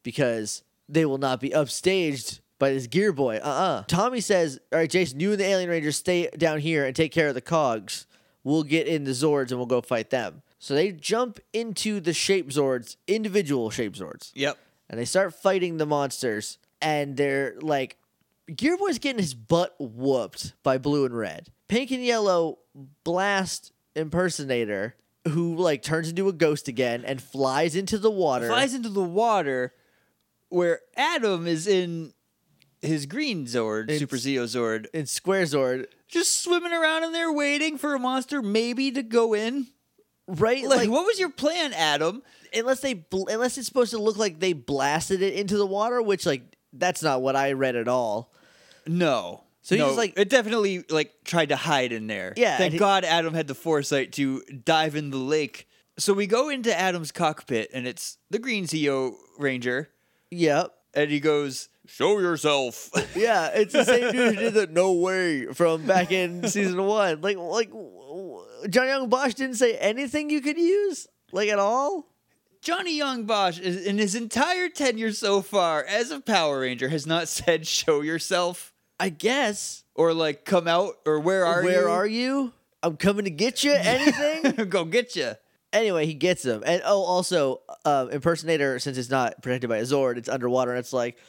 S2: because they will not be upstaged by this gear boy. Uh uh Tommy says, All right, Jason, you and the Alien Rangers stay down here and take care of the cogs. We'll get in the Zords and we'll go fight them. So they jump into the Shape Zords, individual Shape Zords,
S3: Yep.
S2: and they start fighting the monsters. And they're like, Gear Boy's getting his butt whooped by blue and red. Pink and yellow blast impersonator who like turns into a ghost again and flies into the water.
S3: Flies into the water, where Adam is in his green Zord,
S2: It's-
S3: Super Zeo Zord,
S2: in Square Zord,
S3: just swimming around in there waiting for a monster maybe to go in.
S2: right?
S3: Like,
S2: Like,
S3: what was your plan, Adam?
S2: unless they bl- unless it's supposed to look like they blasted it into the water, which like that's not what I read at all.
S3: No.
S2: So he
S3: No,
S2: just, like-
S3: it definitely like tried to hide in there.
S2: Yeah,
S3: Thank
S2: and he-
S3: God Adam had the foresight to dive in the lake. So we go into Adam's cockpit and it's the Green Zeo Ranger
S2: Yep.
S3: and he goes, "Show yourself." *laughs*
S2: Yeah, it's the same dude who did the "No Way" from back *laughs* in season one. Like, like w- w- John Young Bosch didn't say anything you could use, like at all.
S3: Johnny Young Bosch is, in his entire tenure so far as a Power Ranger has not *laughs* said "show yourself"
S2: I guess.
S3: or like "come out" or "where are
S2: Where
S3: you?" *laughs*
S2: are you? I'm coming to get you. *laughs* Anything?
S3: Go get you.
S2: anyway, he gets them. And oh, also, uh, impersonator since it's not protected by a Zord, it's underwater, and it's like.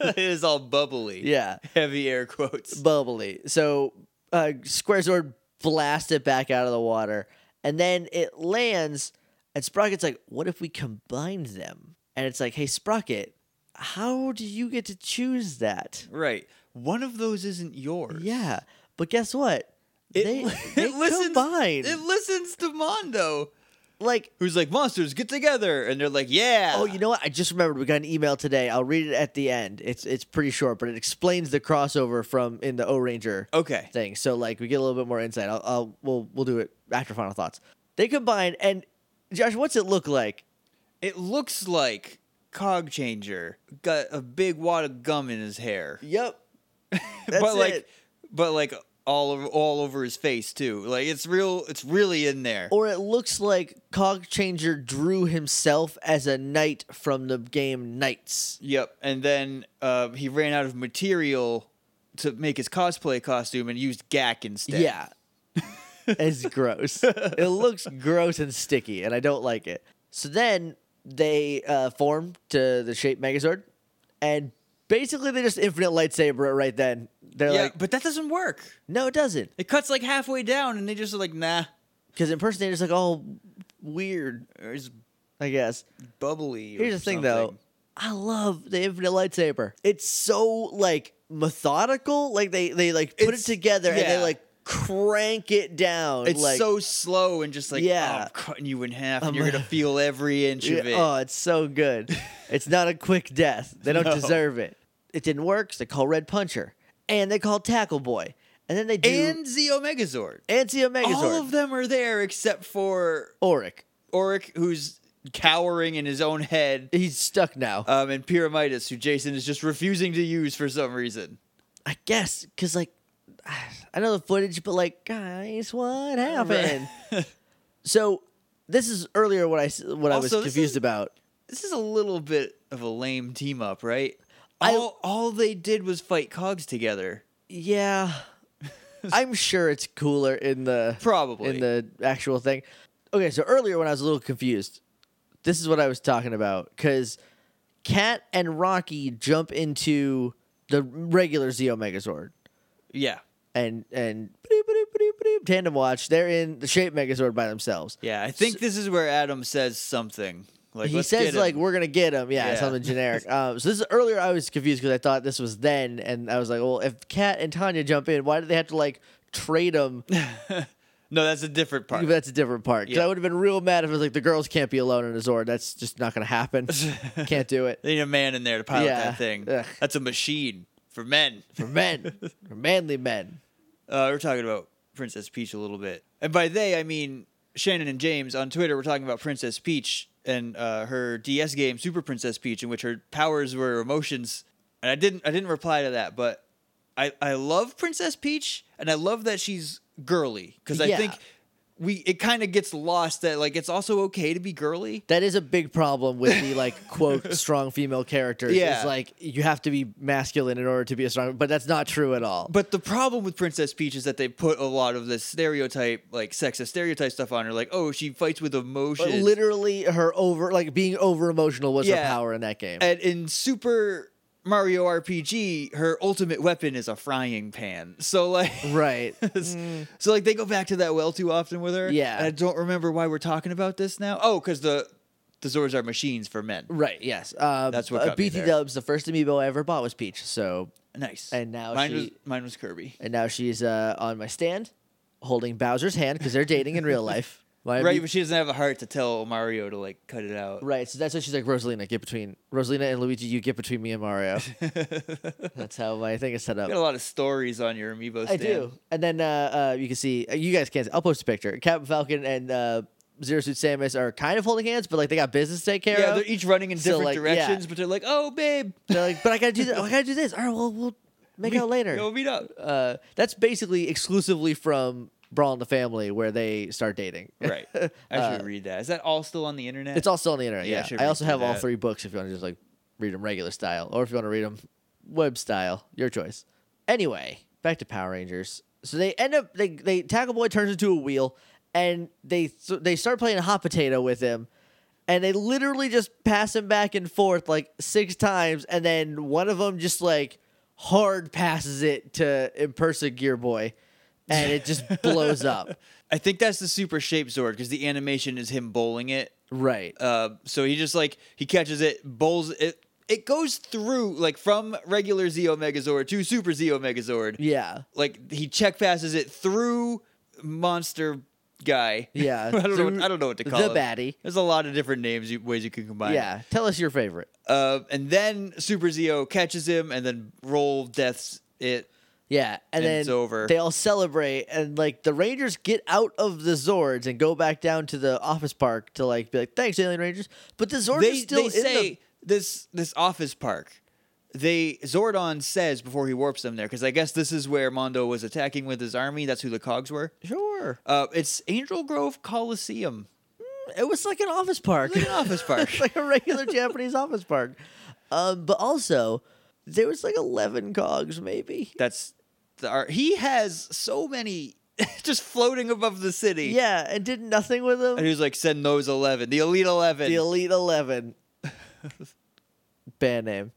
S3: it is all bubbly.
S2: yeah,
S3: Heavy air quotes.
S2: bubbly. So uh, Square Zord blasts it back out of the water, and then it lands. And Sprocket's like, "What if we combined them?" And it's like, "Hey, Sprocket, how do you get to choose that?"
S3: Right. One of those isn't yours.
S2: Yeah, but guess what?
S3: It,
S2: they
S3: *laughs* it
S2: they
S3: listens.
S2: combine.
S3: It listens to Mondo,
S2: like
S3: who's like, "Monsters, get together!" And they're like, "Yeah."
S2: Oh, you know what? I just remembered we got an email today. I'll read it at the end. It's it's pretty short, but it explains the crossover from in the O Ranger
S3: Okay.
S2: thing. So like we get a little bit more insight. I'll, I'll we'll we'll do it after final thoughts. They combine and Josh, what's it look like?
S3: It looks like Cog Changer got a big wad of gum in his hair.
S2: *laughs* Yep. That's
S3: but like
S2: it.
S3: but like all over all over his face too like it's real it's really in there
S2: or it looks like Cog Changer drew himself as a knight from the game Knights.
S3: yep and then uh, he ran out of material to make his cosplay costume and used gack instead
S2: Yeah. it's
S3: *laughs*
S2: gross. It looks gross and sticky, and I don't like it. So then they uh, form to the shape Megazord, and basically they just infinite lightsaber it right then. They're
S3: yeah
S2: like,
S3: but that doesn't work
S2: no, it doesn't.
S3: it cuts like halfway down and they just are like nah
S2: Because impersonator's like all weird,
S3: it's
S2: I guess.
S3: bubbly or
S2: Here's the thing, though.
S3: something.
S2: I love the infinite lightsaber. It's so like methodical. Like they they like put
S3: It's-
S2: it together and they
S3: yeah.
S2: like crank it down.
S3: it's
S2: like,
S3: so slow and just like yeah
S2: Yeah.
S3: i'm cutting you in half and
S2: I'm
S3: you're
S2: like- *laughs*
S3: gonna feel every inch
S2: Yeah,
S3: of it
S2: Oh, it's so
S3: *laughs*
S2: good. It's not a quick death. They don't
S3: No.
S2: deserve it. It didn't work. So they call Red Puncher and they call Tackle Boy, and then they do
S3: and the omegazord
S2: Anti Megazord,
S3: all of them are there except for
S2: Auric.
S3: Oric, who's cowering in his own head,
S2: He's stuck now.
S3: um, and Pyramidas, who Jason is just refusing to use for some reason.
S2: I guess because like *sighs* I know the footage, but like guys, what happened?
S3: *laughs*
S2: so this is earlier what I s- what I was
S3: Also, this
S2: confused
S3: is-
S2: about.
S3: This is a little bit of a lame team up, right?
S2: I-
S3: All, all they did was fight cogs together.
S2: Yeah,
S3: *laughs*
S2: I'm sure it's cooler in the
S3: Probably.
S2: in the actual thing. Okay, so earlier when I was a little confused, this is what I was talking about because Cat and Rocky jump into the regular Zeo Megazord
S3: yeah.
S2: and and bloop, bloop, bloop, bloop, tandem watch. They're in the Shape Megazord by themselves.
S3: Yeah, I think this is where Adam says something. Like
S2: he
S3: "Let's
S2: says
S3: get him."
S2: like we're gonna get him, yeah,
S3: Yeah.
S2: something
S3: *laughs*
S2: generic. um, so this is earlier. I was confused because I thought this was then, and I was like, well, if Kat and Tanya jump in, why do they have to like trade them?
S3: *laughs* No, that's a different part.
S2: That's a different part. 'Cause
S3: Yeah.
S2: I would have been real mad if it was like the girls can't be alone in a Zord. That's just not gonna
S3: *laughs*
S2: happen. can't do it
S3: They need a man in there to pilot
S2: Yeah.
S3: that thing.
S2: Ugh.
S3: That's a machine for men.
S2: for men, for manly men.
S3: Uh, we're talking about Princess Peach a little bit, and by they I mean Shannon and James on Twitter. We're talking about Princess Peach and uh, her DS game Super Princess Peach, in which her powers were emotions. And I didn't I didn't reply to that, but I I love Princess Peach, and I love that she's girly because I
S2: Yeah.
S3: think we it kind of gets lost that like it's also okay to be girly.
S2: That is a big problem with the
S3: *laughs*
S2: like quote strong female characters. is,
S3: Yeah.
S2: like you have to be masculine in order to be a strong, but that's not true at all.
S3: But the problem with Princess Peach is that they put a lot of this stereotype, like sexist stereotype stuff on her. Like, oh, she fights with
S2: But
S3: emotion.
S2: literally, her over like being over emotional was her
S3: Yeah.
S2: power in that game.
S3: And in Super Mario RPG, her ultimate weapon is a frying pan. So like *laughs*
S2: Right.
S3: So like they go back to that well too often with her.
S2: Yeah.
S3: And I don't remember why we're talking about this now. Oh, cuz the the Zords are machines for men.
S2: Right. Yes. Um,
S3: That's what
S2: uh,
S3: got me
S2: BT
S3: there.
S2: Dubs. The first amiibo I ever bought was Peach. So
S3: Nice.
S2: And now
S3: mine
S2: she-
S3: was mine was Kirby.
S2: and now she's uh, on my stand, holding Bowser's hand because they're dating
S3: *laughs*
S2: in real life. My
S3: Right,
S2: amiib-
S3: but she doesn't have a heart to tell Mario to like cut it out.
S2: Right, so that's why she's like Rosalina, get between Rosalina and Luigi. You get between me and
S3: *laughs*
S2: Mario. that's how my thing is set up.
S3: You got a lot of stories on your amiibo. Stand.
S2: I do. And then uh, uh, you can see, uh, you guys can't. I'll post a picture. Captain Falcon and uh, Zero Suit Samus are kind of holding hands, but like they got business to take care
S3: Yeah,
S2: of.
S3: they're e each running in
S2: So,
S3: different
S2: like, yeah.
S3: directions, but they're like,
S2: *laughs*
S3: "Oh, babe,
S2: They're like, but I gotta do that. I gotta do this. All right, well, we'll make out later.
S3: go meet up."
S2: Uh, that's basically exclusively from Brawl and the Family, where they start dating.
S3: Right. I should read that. Is that all still on the internet?
S2: Uh, It's all still on the internet.
S3: Yeah, I
S2: Yeah.
S3: should
S2: I also
S3: read
S2: have all
S3: that.
S2: three books if you want to just like read them regular style or if you want to read them web style, your choice. Anyway, back to Power Rangers. So they end up they they Tackle Boy turns into a wheel and they so they start playing hot potato with him and they literally just pass him back and forth like six times and then one of them just like hard passes it to Impersa Gear Boy and it just blows up.
S3: I think that's the super shape sword because the animation is him bowling it.
S2: *laughs* Right.
S3: Uh, so he just like he catches it, bowls it. It goes through like from regular Z Megazord to Super Z Megazord.
S2: yeah.
S3: Like he check passes it through monster guy. *laughs*
S2: Yeah,
S3: I don't know.
S2: through
S3: What, I don't know what to
S2: the
S3: call it.
S2: baddie.
S3: There's a lot of different names, you, ways you can combine. it.
S2: Yeah. Tell us your favorite.
S3: Uh, and then Super Zeo catches him, and then roll deaths it.
S2: Yeah, and,
S3: And
S2: then
S3: it's over.
S2: They all celebrate, and like the Rangers get out of the Zords and go back down to the office park to like be like, "Thanks, Alien Rangers." But the Zords are
S3: they,
S2: still
S3: they
S2: in
S3: say
S2: the.
S3: this this office park. They Zordon says before he warps them there because I guess this is where Mondo was attacking with his army. That's who the Cogs were.
S2: Sure,
S3: Uh, it's Angel Grove Coliseum,
S2: it was like an office park,
S3: It's like an
S2: *laughs*
S3: office park.
S2: It's like a regular Japanese *laughs* office park. Um, but also, there was like eleven cogs, maybe.
S3: That's the art. He has so many *laughs* just floating above the city.
S2: Yeah, and did nothing with them.
S3: and he was like, send those eleven, the elite eleven.
S2: The Elite Eleven. *laughs* band name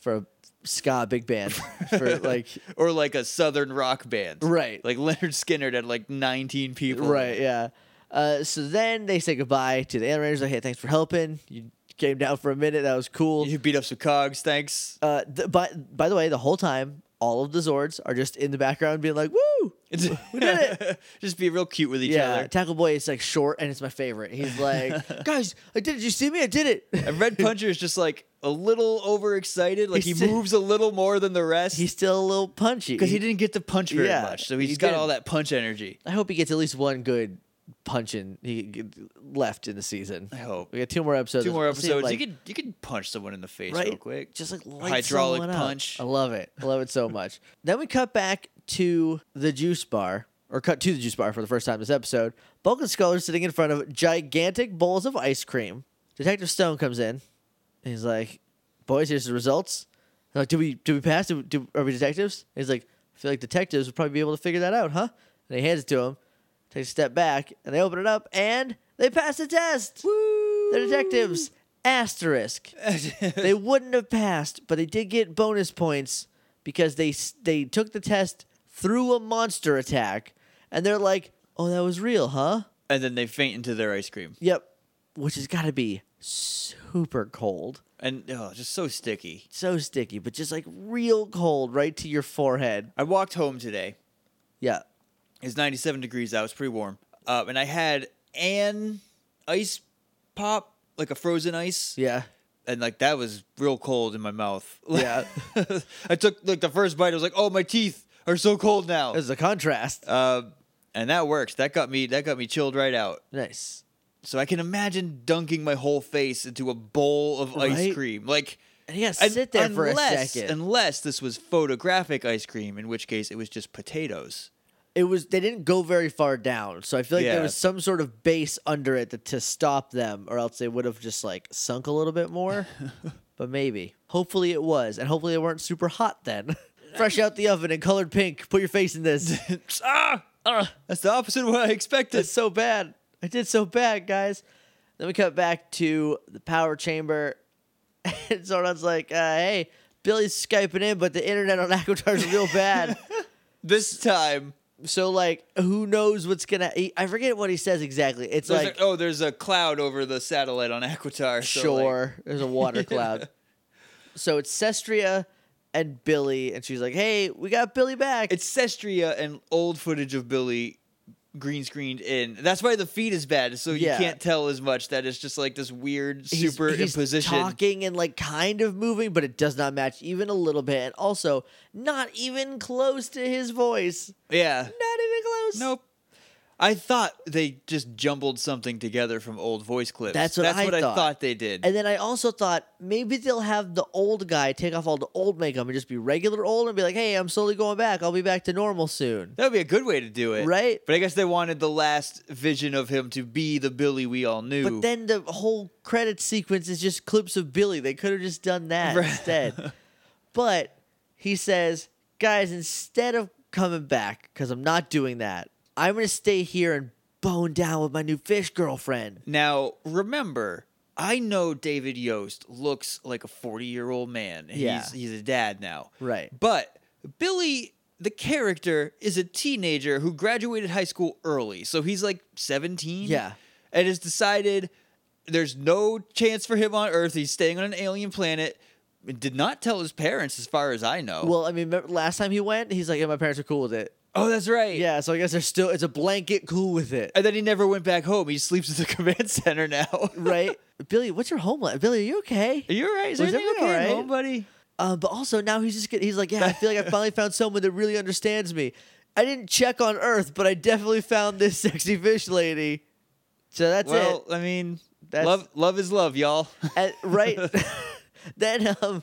S2: for a ska big
S3: *laughs*
S2: band for like
S3: or like a southern rock band,
S2: Right.
S3: Like Leonard Skinner had like nineteen people,
S2: Right, yeah. Uh, so then they say goodbye to the Alien Rangers. Like, hey, thanks for helping. You came down for a minute. That was cool.
S3: You beat up some cogs, thanks.
S2: Uh, th- but by the way, the whole time, all of the Zords are just in the background being like, woo!
S3: *laughs* we did it. Just be real cute with each
S2: Yeah,
S3: other.
S2: Tackle Boy is like short and it's my favorite. He's
S3: *laughs*
S2: like, guys, I did it. You see me? I did it.
S3: And Red Puncher is just like a little overexcited. Like
S2: He's-
S3: he moves a little more than the
S2: *laughs*
S3: rest
S2: He's still a little punchy.
S3: because he didn't get to punch very
S2: Yeah,
S3: much. So
S2: he
S3: he's got
S2: didn't.
S3: all that punch energy.
S2: I hope he gets at least one good punching he g- left in the season. I
S3: hope.
S2: We got two more episodes.
S3: Two more
S2: We'll see him,
S3: episodes.
S2: like-
S3: you could you could punch someone in the face
S2: right?
S3: real quick.
S2: Just like light
S3: hydraulic
S2: someone up.
S3: punch.
S2: I love it. I love it so much. *laughs* then we cut back to the juice bar, or cut to the juice bar for the first time this episode. Bulk and Skull are sitting in front of gigantic bowls of ice cream. Detective Stone comes in. And he's like, "Boys, here's the results." They're like, "Do we do we pass? Do, do, are we detectives?" And he's like, "I feel like detectives would probably be able to figure that out, huh?" And he hands it to him. Takes a step back, and they open it up, and they pass the test. Woo! They're detectives. Asterisk *laughs* they wouldn't have passed, but they did get bonus points because they s- they took the test through a monster attack, and they're like, "Oh, that was real, huh?"
S3: and then they faint into their ice cream.
S2: Yep, which has got to be super cold,
S3: And oh, just so sticky.
S2: so sticky, but just like real cold, right to your forehead.
S3: I walked home today.
S2: Yeah,
S3: It's 97 degrees out. It's pretty warm. Uh, and I had an ice pop, like a frozen ice.
S2: yeah,
S3: and like that was real cold in my mouth.
S2: Yeah.
S3: *laughs* I took like the first bite. I was like, "Oh, my teeth are so cold now."
S2: there's a contrast.
S3: Uh, and that works. That got me. That got me chilled right out.
S2: nice.
S3: So I can imagine dunking my whole face into a bowl of
S2: Right?
S3: ice cream. Like,
S2: And you gotta
S3: un-
S2: sit there for a
S3: unless-
S2: second.
S3: Unless this was photographic ice cream, in which case it was just potatoes.
S2: it was they didn't go very far down, so I feel like
S3: Yeah.
S2: there was some sort of base under it to, to stop them, or else they would have just like sunk a little bit more. but maybe, hopefully, it was, and hopefully, they weren't super hot then. *laughs* Fresh out the oven and colored pink. Put your face in this.
S3: ah, ah, that's the opposite of what I expected.
S2: That's so bad. I did so bad, guys. Then we cut back to the power chamber, *laughs* and Zordon's like, uh, "Hey, Billy's skyping in, but the internet on Aquatar's real bad."
S3: this time,
S2: So like, who knows what's gonna? He, I forget what he says exactly. It's
S3: There's
S2: like,
S3: a- oh, there's a cloud over the satellite on Aquitar. so, like-
S2: sure, there's a
S3: *laughs*
S2: water cloud. So it's Sestria and Billy, and she's like, "Hey, we got Billy back."
S3: it's Sestria and old footage of Billy green screened in. That's why the feed is bad, so
S2: Yeah.
S3: you can't tell as much. That it's just like this weird
S2: He's-
S3: superimposition.
S2: He's talking and like kind of moving, but it does not match even a little bit, and also not even close to his voice.
S3: yeah.
S2: Not even close.
S3: Nope. I thought they just jumbled something together from old voice clips.
S2: That's what I
S3: I
S2: thought.
S3: thought they did.
S2: And then I also thought maybe they'll have the old guy take off all the old makeup and just be regular old and be like, "Hey, I'm slowly going back. I'll be back to normal soon."
S3: that would be a good way to do it.
S2: Right?
S3: But I guess they wanted the last vision of him to be the Billy we all knew.
S2: But then the whole credit sequence is just clips of Billy. They could have just done that
S3: Right.
S2: instead. But he says, guys, instead of coming back, because I'm not doing that, I'm going to stay here and bone down with my new fish girlfriend.
S3: Now, remember, I know David Yost looks like a 40 year old man. and
S2: Yeah.
S3: He's, he's a dad now.
S2: Right.
S3: But Billy, the character, is a teenager who graduated high school early. So he's like 17.
S2: Yeah.
S3: And has decided there's no chance for him on Earth. He's staying on an alien planet. Did not tell his parents, as far as I know.
S2: Well, I mean, remember last time he went, he's like, yeah, my parents are cool with it.
S3: oh, that's right.
S2: Yeah, so I guess they're still, it's a blanket cool with it.
S3: *laughs* And then he never went back home. He sleeps at the *laughs* command center now.
S2: Right? Billy, what's your home life? Billy, are you okay?
S3: Are you all right? Is
S2: Was
S3: everything
S2: everything
S3: okay at
S2: all right?
S3: home, buddy?
S2: Um, but also now he's just gonna, he's like, yeah, I feel like
S3: *laughs*
S2: I finally found someone that really understands me. I didn't check on Earth, but I definitely found this *laughs* sexy fish lady. So that's
S3: well, I mean,
S2: That's-
S3: love love is love, y'all.
S2: it, And-
S3: *laughs*
S2: right? *laughs* then um,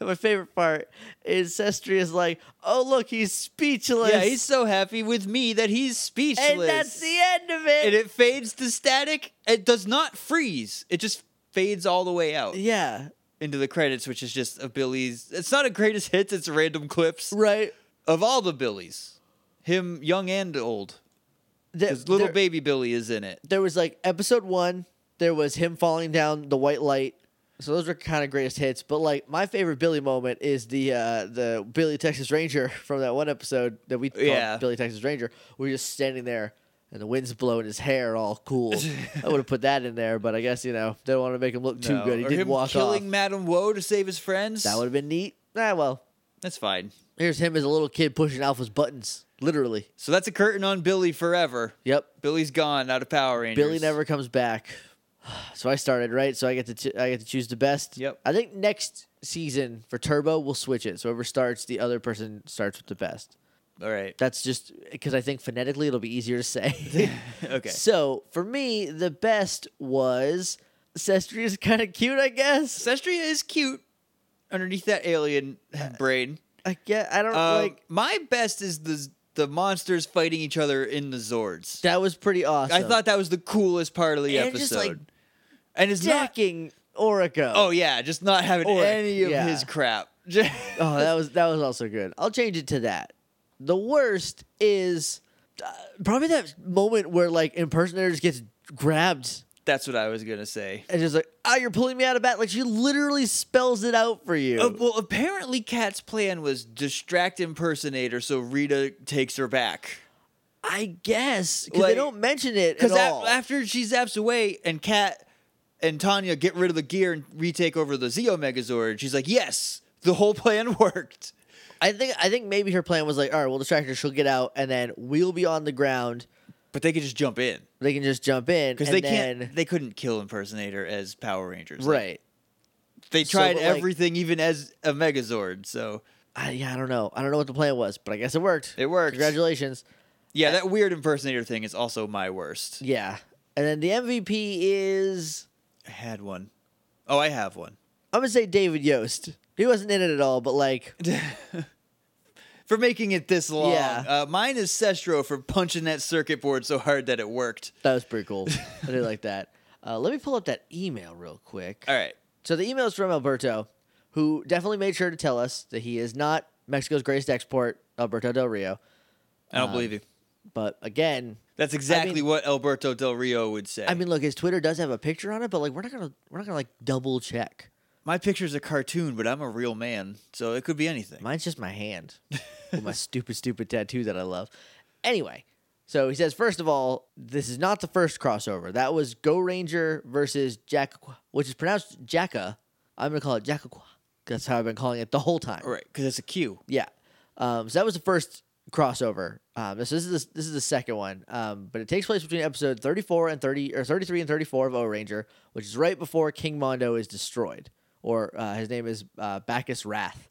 S2: my favorite part is Sestria's like, oh look, he's speechless.
S3: yeah, he's so happy with me that he's speechless.
S2: and that's the end of it.
S3: And it fades to static. It does not freeze. It just fades all the way out
S2: yeah,
S3: into the credits, which is just a Billy's. It's not a greatest hits. It's random clips
S2: right.
S3: of all the Billys, him young and old.
S2: Th-
S3: Because little
S2: there-
S3: baby Billy is in it.
S2: there was like episode one, there was him falling down the white light. So those were kind of greatest hits. But like my favorite Billy moment is the uh, the Billy Texas Ranger *laughs* from that one episode that we called
S3: Yeah.
S2: Billy Texas Ranger. We're just standing there and the wind's blowing his hair all
S3: *laughs*
S2: cool. I would have put that in there, but I guess you know they don't want to make him look too
S3: No.
S2: good. He
S3: or
S2: did
S3: him
S2: walk
S3: killing
S2: off.
S3: Madame Woe to save his friends.
S2: that would have been neat. Ah well,
S3: That's fine.
S2: here's him as a little kid pushing Alpha's buttons, literally.
S3: So that's a curtain on Billy forever.
S2: Yep,
S3: Billy's gone out of Power Rangers.
S2: Billy never comes back. *sighs* So I started right. So I get to t- I get to choose the best.
S3: Yep.
S2: I think next season for Turbo we'll switch it. So whoever starts, the other person starts with the best.
S3: All right.
S2: That's just because I think phonetically it'll be easier to say.
S3: *laughs*
S2: *laughs*
S3: Okay.
S2: So for me, the best was Sestri is kind of cute. I guess.
S3: Sestria is cute underneath
S2: *sighs*
S3: that alien brain.
S2: I get. I don't
S3: Uh,
S2: like.
S3: my best is the the monsters fighting each other in the Zords.
S2: That was pretty awesome.
S3: I thought that was the coolest part of the
S2: And just,
S3: episode.
S2: like,
S3: and it's not.
S2: decking Orico.
S3: Oh yeah, just not having
S2: Or-
S3: any of
S2: yeah.
S3: his crap. *laughs*
S2: Oh, that was that was also good. I'll change it to that. The worst is uh, probably that moment where like impersonator just gets grabbed
S3: That's what I was gonna say.
S2: and just like, "Oh, you're pulling me out of bat." Like she literally spells it out for you.
S3: Uh, well, apparently, Kat's plan was distract impersonator, so Rita takes her back.
S2: I guess because they
S3: like-
S2: don't mention it at
S3: Because
S2: all.
S3: after she zaps away and Kat and Tanya get rid of the gear and retake over the Z Megazord, she's like, yes, the whole plan *laughs* worked.
S2: I think I think maybe her plan was like, "All right, we'll distract her. She'll get out, and then we'll be on the ground.
S3: But they could just jump in
S2: They can just jump in
S3: because
S2: and
S3: they
S2: then,
S3: can't. They couldn't kill Impersonator as Power Rangers. Like,
S2: right."
S3: they
S2: So,
S3: tried
S2: but, like-
S3: everything, even as a Megazord. So
S2: I, yeah, I don't know. I don't know what the plan was, but I guess it worked.
S3: It worked.
S2: Congratulations.
S3: yeah, that weird Impersonator thing is also my worst.
S2: Yeah. And then the MVP is
S3: I had one. Oh, I have one.
S2: I'm gonna say David Yost. He wasn't in it at all, but like
S3: For making it this long,
S2: Yeah.
S3: uh, mine is Sestro for punching that circuit board so hard that it worked.
S2: that was pretty cool. I did like that. Uh, let me pull up that email real quick.
S3: All right,
S2: So the email is from Alberto, who definitely made sure to tell us that he is not Mexico's greatest export, Alberto Del Rio.
S3: I
S2: Um,
S3: don't believe you.
S2: But again,
S3: That's exactly what Alberto Del Rio would say.
S2: I mean, look, his Twitter does have a picture on it, but like we're not gonna we're not gonna like double check.
S3: my picture's a cartoon, but I'm a real man, so it could be anything.
S2: Mine's just my hand with my stupid, stupid tattoo that I love. Anyway, so he says, first of all, this is not the first crossover. That was Go Ranger versus Jackaqua, which is pronounced Jacka. I'm going to call it Jackaqua. That's how I've been calling it the whole time.
S3: Right, because it's a Q.
S2: Yeah. Um, so that was the first crossover. Um, so this is the, this is the second one. Um, but it takes place between episode 34 and 30 or 33 and 34 of O Ranger, which is right before King Mondo is destroyed, or uh, his name is uh, Bacchus Wrath,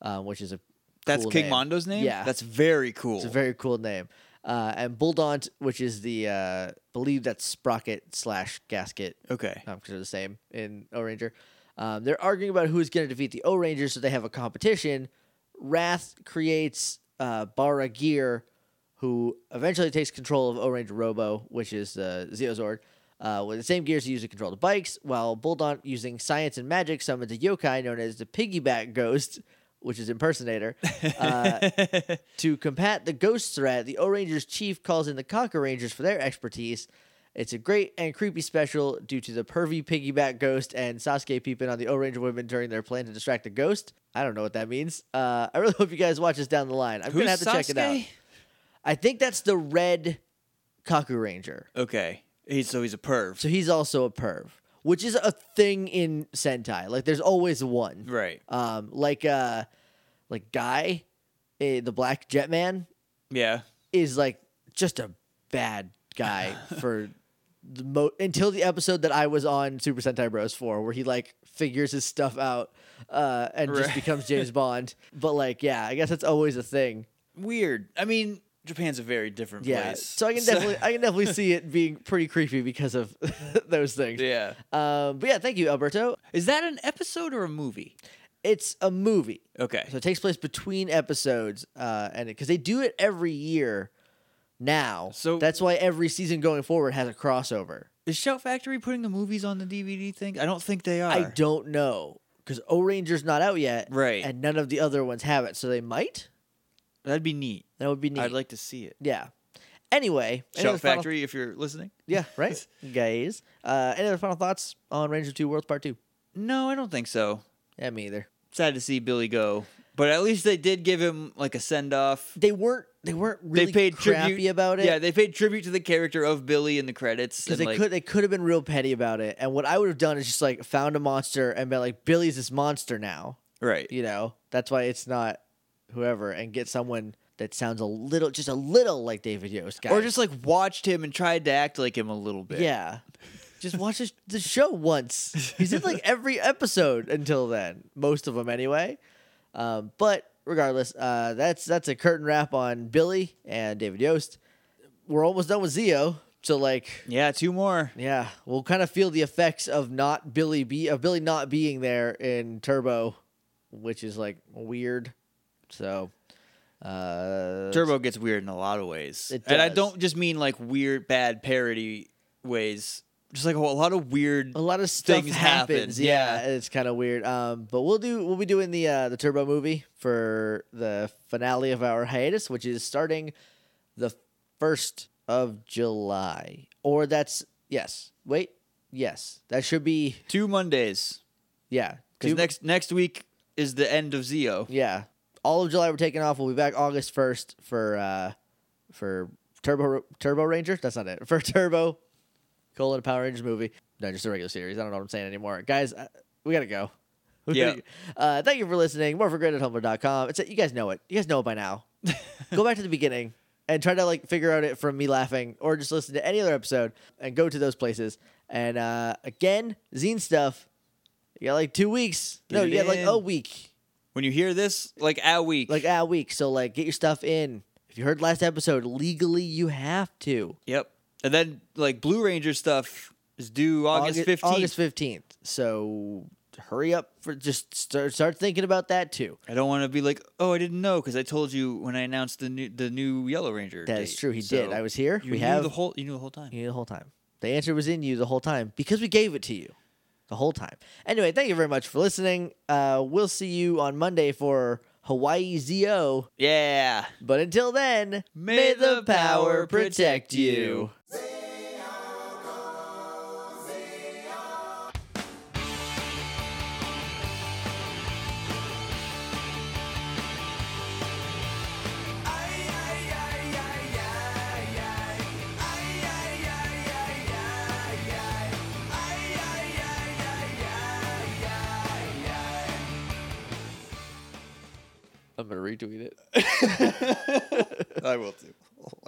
S2: uh, which is a
S3: That's
S2: cool
S3: King
S2: name.
S3: Mondo's name.
S2: Yeah,
S3: that's very cool.
S2: it's a very cool name. Uh, and Bulldaunt, which is the uh, believe that's Sprocket slash Gasket
S3: okay.
S2: um, 'cause they're the same in O Ranger. Um, they're arguing about who's going to defeat the O Rangers, so they have a competition. Wrath creates uh, Bara Gear, who eventually takes control of O Ranger Robo, which is uh, Zeozord, uh, with the same gears he used to control the bikes, while Bulldaunt, using science and magic, summons a yokai known as the Piggyback Ghost, which is Impersonator. Uh, to combat the ghost threat, the O Rangers chief calls in the Conquer Rangers for their expertise. It's a great and creepy special due to the pervy piggyback ghost and Sasuke peeping on the O Ranger women during their plan to distract the ghost. I don't know what that means. Uh, I really *laughs* hope you guys watch this down the line. I'm
S3: Who's
S2: gonna have to check it out.
S3: Sasuke?
S2: I think that's the red Kaku Ranger.
S3: Okay. He's so he's a perv.
S2: So he's also a perv, which is a thing in Sentai. Like there's always one.
S3: right.
S2: Um, like uh, like Guy, eh, the Black Jetman
S3: Yeah.
S2: is like just a bad
S3: *laughs*
S2: guy for the mo until the episode that I was on Super Sentai Bros for, where he like figures his stuff out uh, and just
S3: Right.
S2: becomes
S3: *laughs*
S2: James Bond. But like, yeah, I guess that's always a thing.
S3: Weird. I mean, Japan's a very different
S2: Yeah,
S3: place.
S2: so
S3: *laughs*
S2: I can definitely I can definitely see it being pretty creepy because of *laughs* those things.
S3: yeah.
S2: Um, but yeah, thank you, Alberto.
S3: Is that an episode or a movie?
S2: It's a movie.
S3: Okay.
S2: So it takes place between episodes, uh, and because they do it every year now,
S3: So-
S2: that's why every season going forward has a crossover.
S3: Is Shout Factory putting the movies on the DVD thing? I don't think they are.
S2: I don't know because O Ranger's not out yet,
S3: Right.
S2: And none of the other ones have it, so they might.
S3: That'd be neat.
S2: That would be neat.
S3: I'd like to see it.
S2: yeah. Anyway, any other
S3: Shout
S2: final-
S3: Factory, if you're listening.
S2: yeah, *laughs* right, guys. Uh, any other final thoughts on Ranger Two Worlds Part Two?
S3: No, I don't think so.
S2: Yeah, me either.
S3: Sad to see Billy go, but at least they did give him like a send off.
S2: They weren't. They weren't really
S3: they paid
S2: crappy
S3: tribute
S2: about it.
S3: Yeah, they paid tribute to the character of Billy in the credits.
S2: because
S3: and,
S2: they
S3: like,
S2: could they could have been real petty about it. And what I would have done is just like found a monster and been like, Billy's this monster now.
S3: Right.
S2: You know, that's why it's not whoever, and get someone that sounds a little, just a little like David Yost, guys.
S3: Or just like watched him and tried to act like him a little bit.
S2: yeah. Just watch this, the show once. He's in like every episode until then, most of them anyway. Um, but regardless, uh, that's that's a curtain wrap on Billy and David Yost. We're almost done with Zio, so like
S3: Yeah, two more.
S2: Yeah, we'll kind of feel the effects of not Billy be of Billy not being there in Turbo, which is like weird. So, uh,
S3: Turbo gets weird in a lot of ways.
S2: It
S3: And I
S2: does.
S3: don't just mean like weird, bad parody ways. Just like a whole- a lot of weird.
S2: a lot of stuff
S3: Things happen,
S2: happens.
S3: yeah.
S2: yeah, it's kind of weird. Um, but we'll do we'll be doing the uh, the Turbo movie for the finale of our hiatus, which is starting the first of July. Or that's yes. Wait, yes, that should be
S3: Two Mondays.
S2: yeah.
S3: Because
S2: Two-
S3: next next week is the end of Zio.
S2: Yeah. All of July we're taking off. We'll be back August first for uh for Turbo Turbo Ranger. That's not it. For Turbo colon Power Rangers movie. No, just a regular series. I don't know what I'm saying anymore, guys. Uh, we gotta go. *laughs* We
S3: Yeah.
S2: gotta go. Uh, thank you for listening. More for grid at humbler.com. It's you guys know it. You guys know it by
S3: *laughs*
S2: now. go back to the beginning and try to like figure out it from me laughing, or just listen to any other episode and go to those places. And uh, again, zine stuff. You got like two weeks.
S3: Get
S2: no,
S3: it
S2: you got like
S3: in.
S2: a week
S3: When you hear this, like a week.
S2: like a week. So like get your stuff in. If you heard last episode, legally you have to.
S3: yep. And then like Blue Ranger stuff is due August
S2: August
S3: fifteenth.
S2: 15th. So hurry up for just start, start thinking about that too.
S3: I don't want to be like, oh, I didn't know because I told you when I announced the new the new Yellow Ranger.
S2: That is
S3: date.
S2: true. He
S3: So
S2: did. I was here.
S3: You
S2: we
S3: knew
S2: have
S3: the whole. You knew the whole time.
S2: you knew the whole time. The answer was in you the whole time because we gave it to you the whole time. Anyway, thank you very much for listening. Uh, we'll see you on Monday for Hawaii ZO.
S3: Yeah.
S2: But until then,
S3: May the power protect you.
S4: Ay, ay, ay, ay, ay.
S2: gonna retweet it.
S3: I will too. *laughs*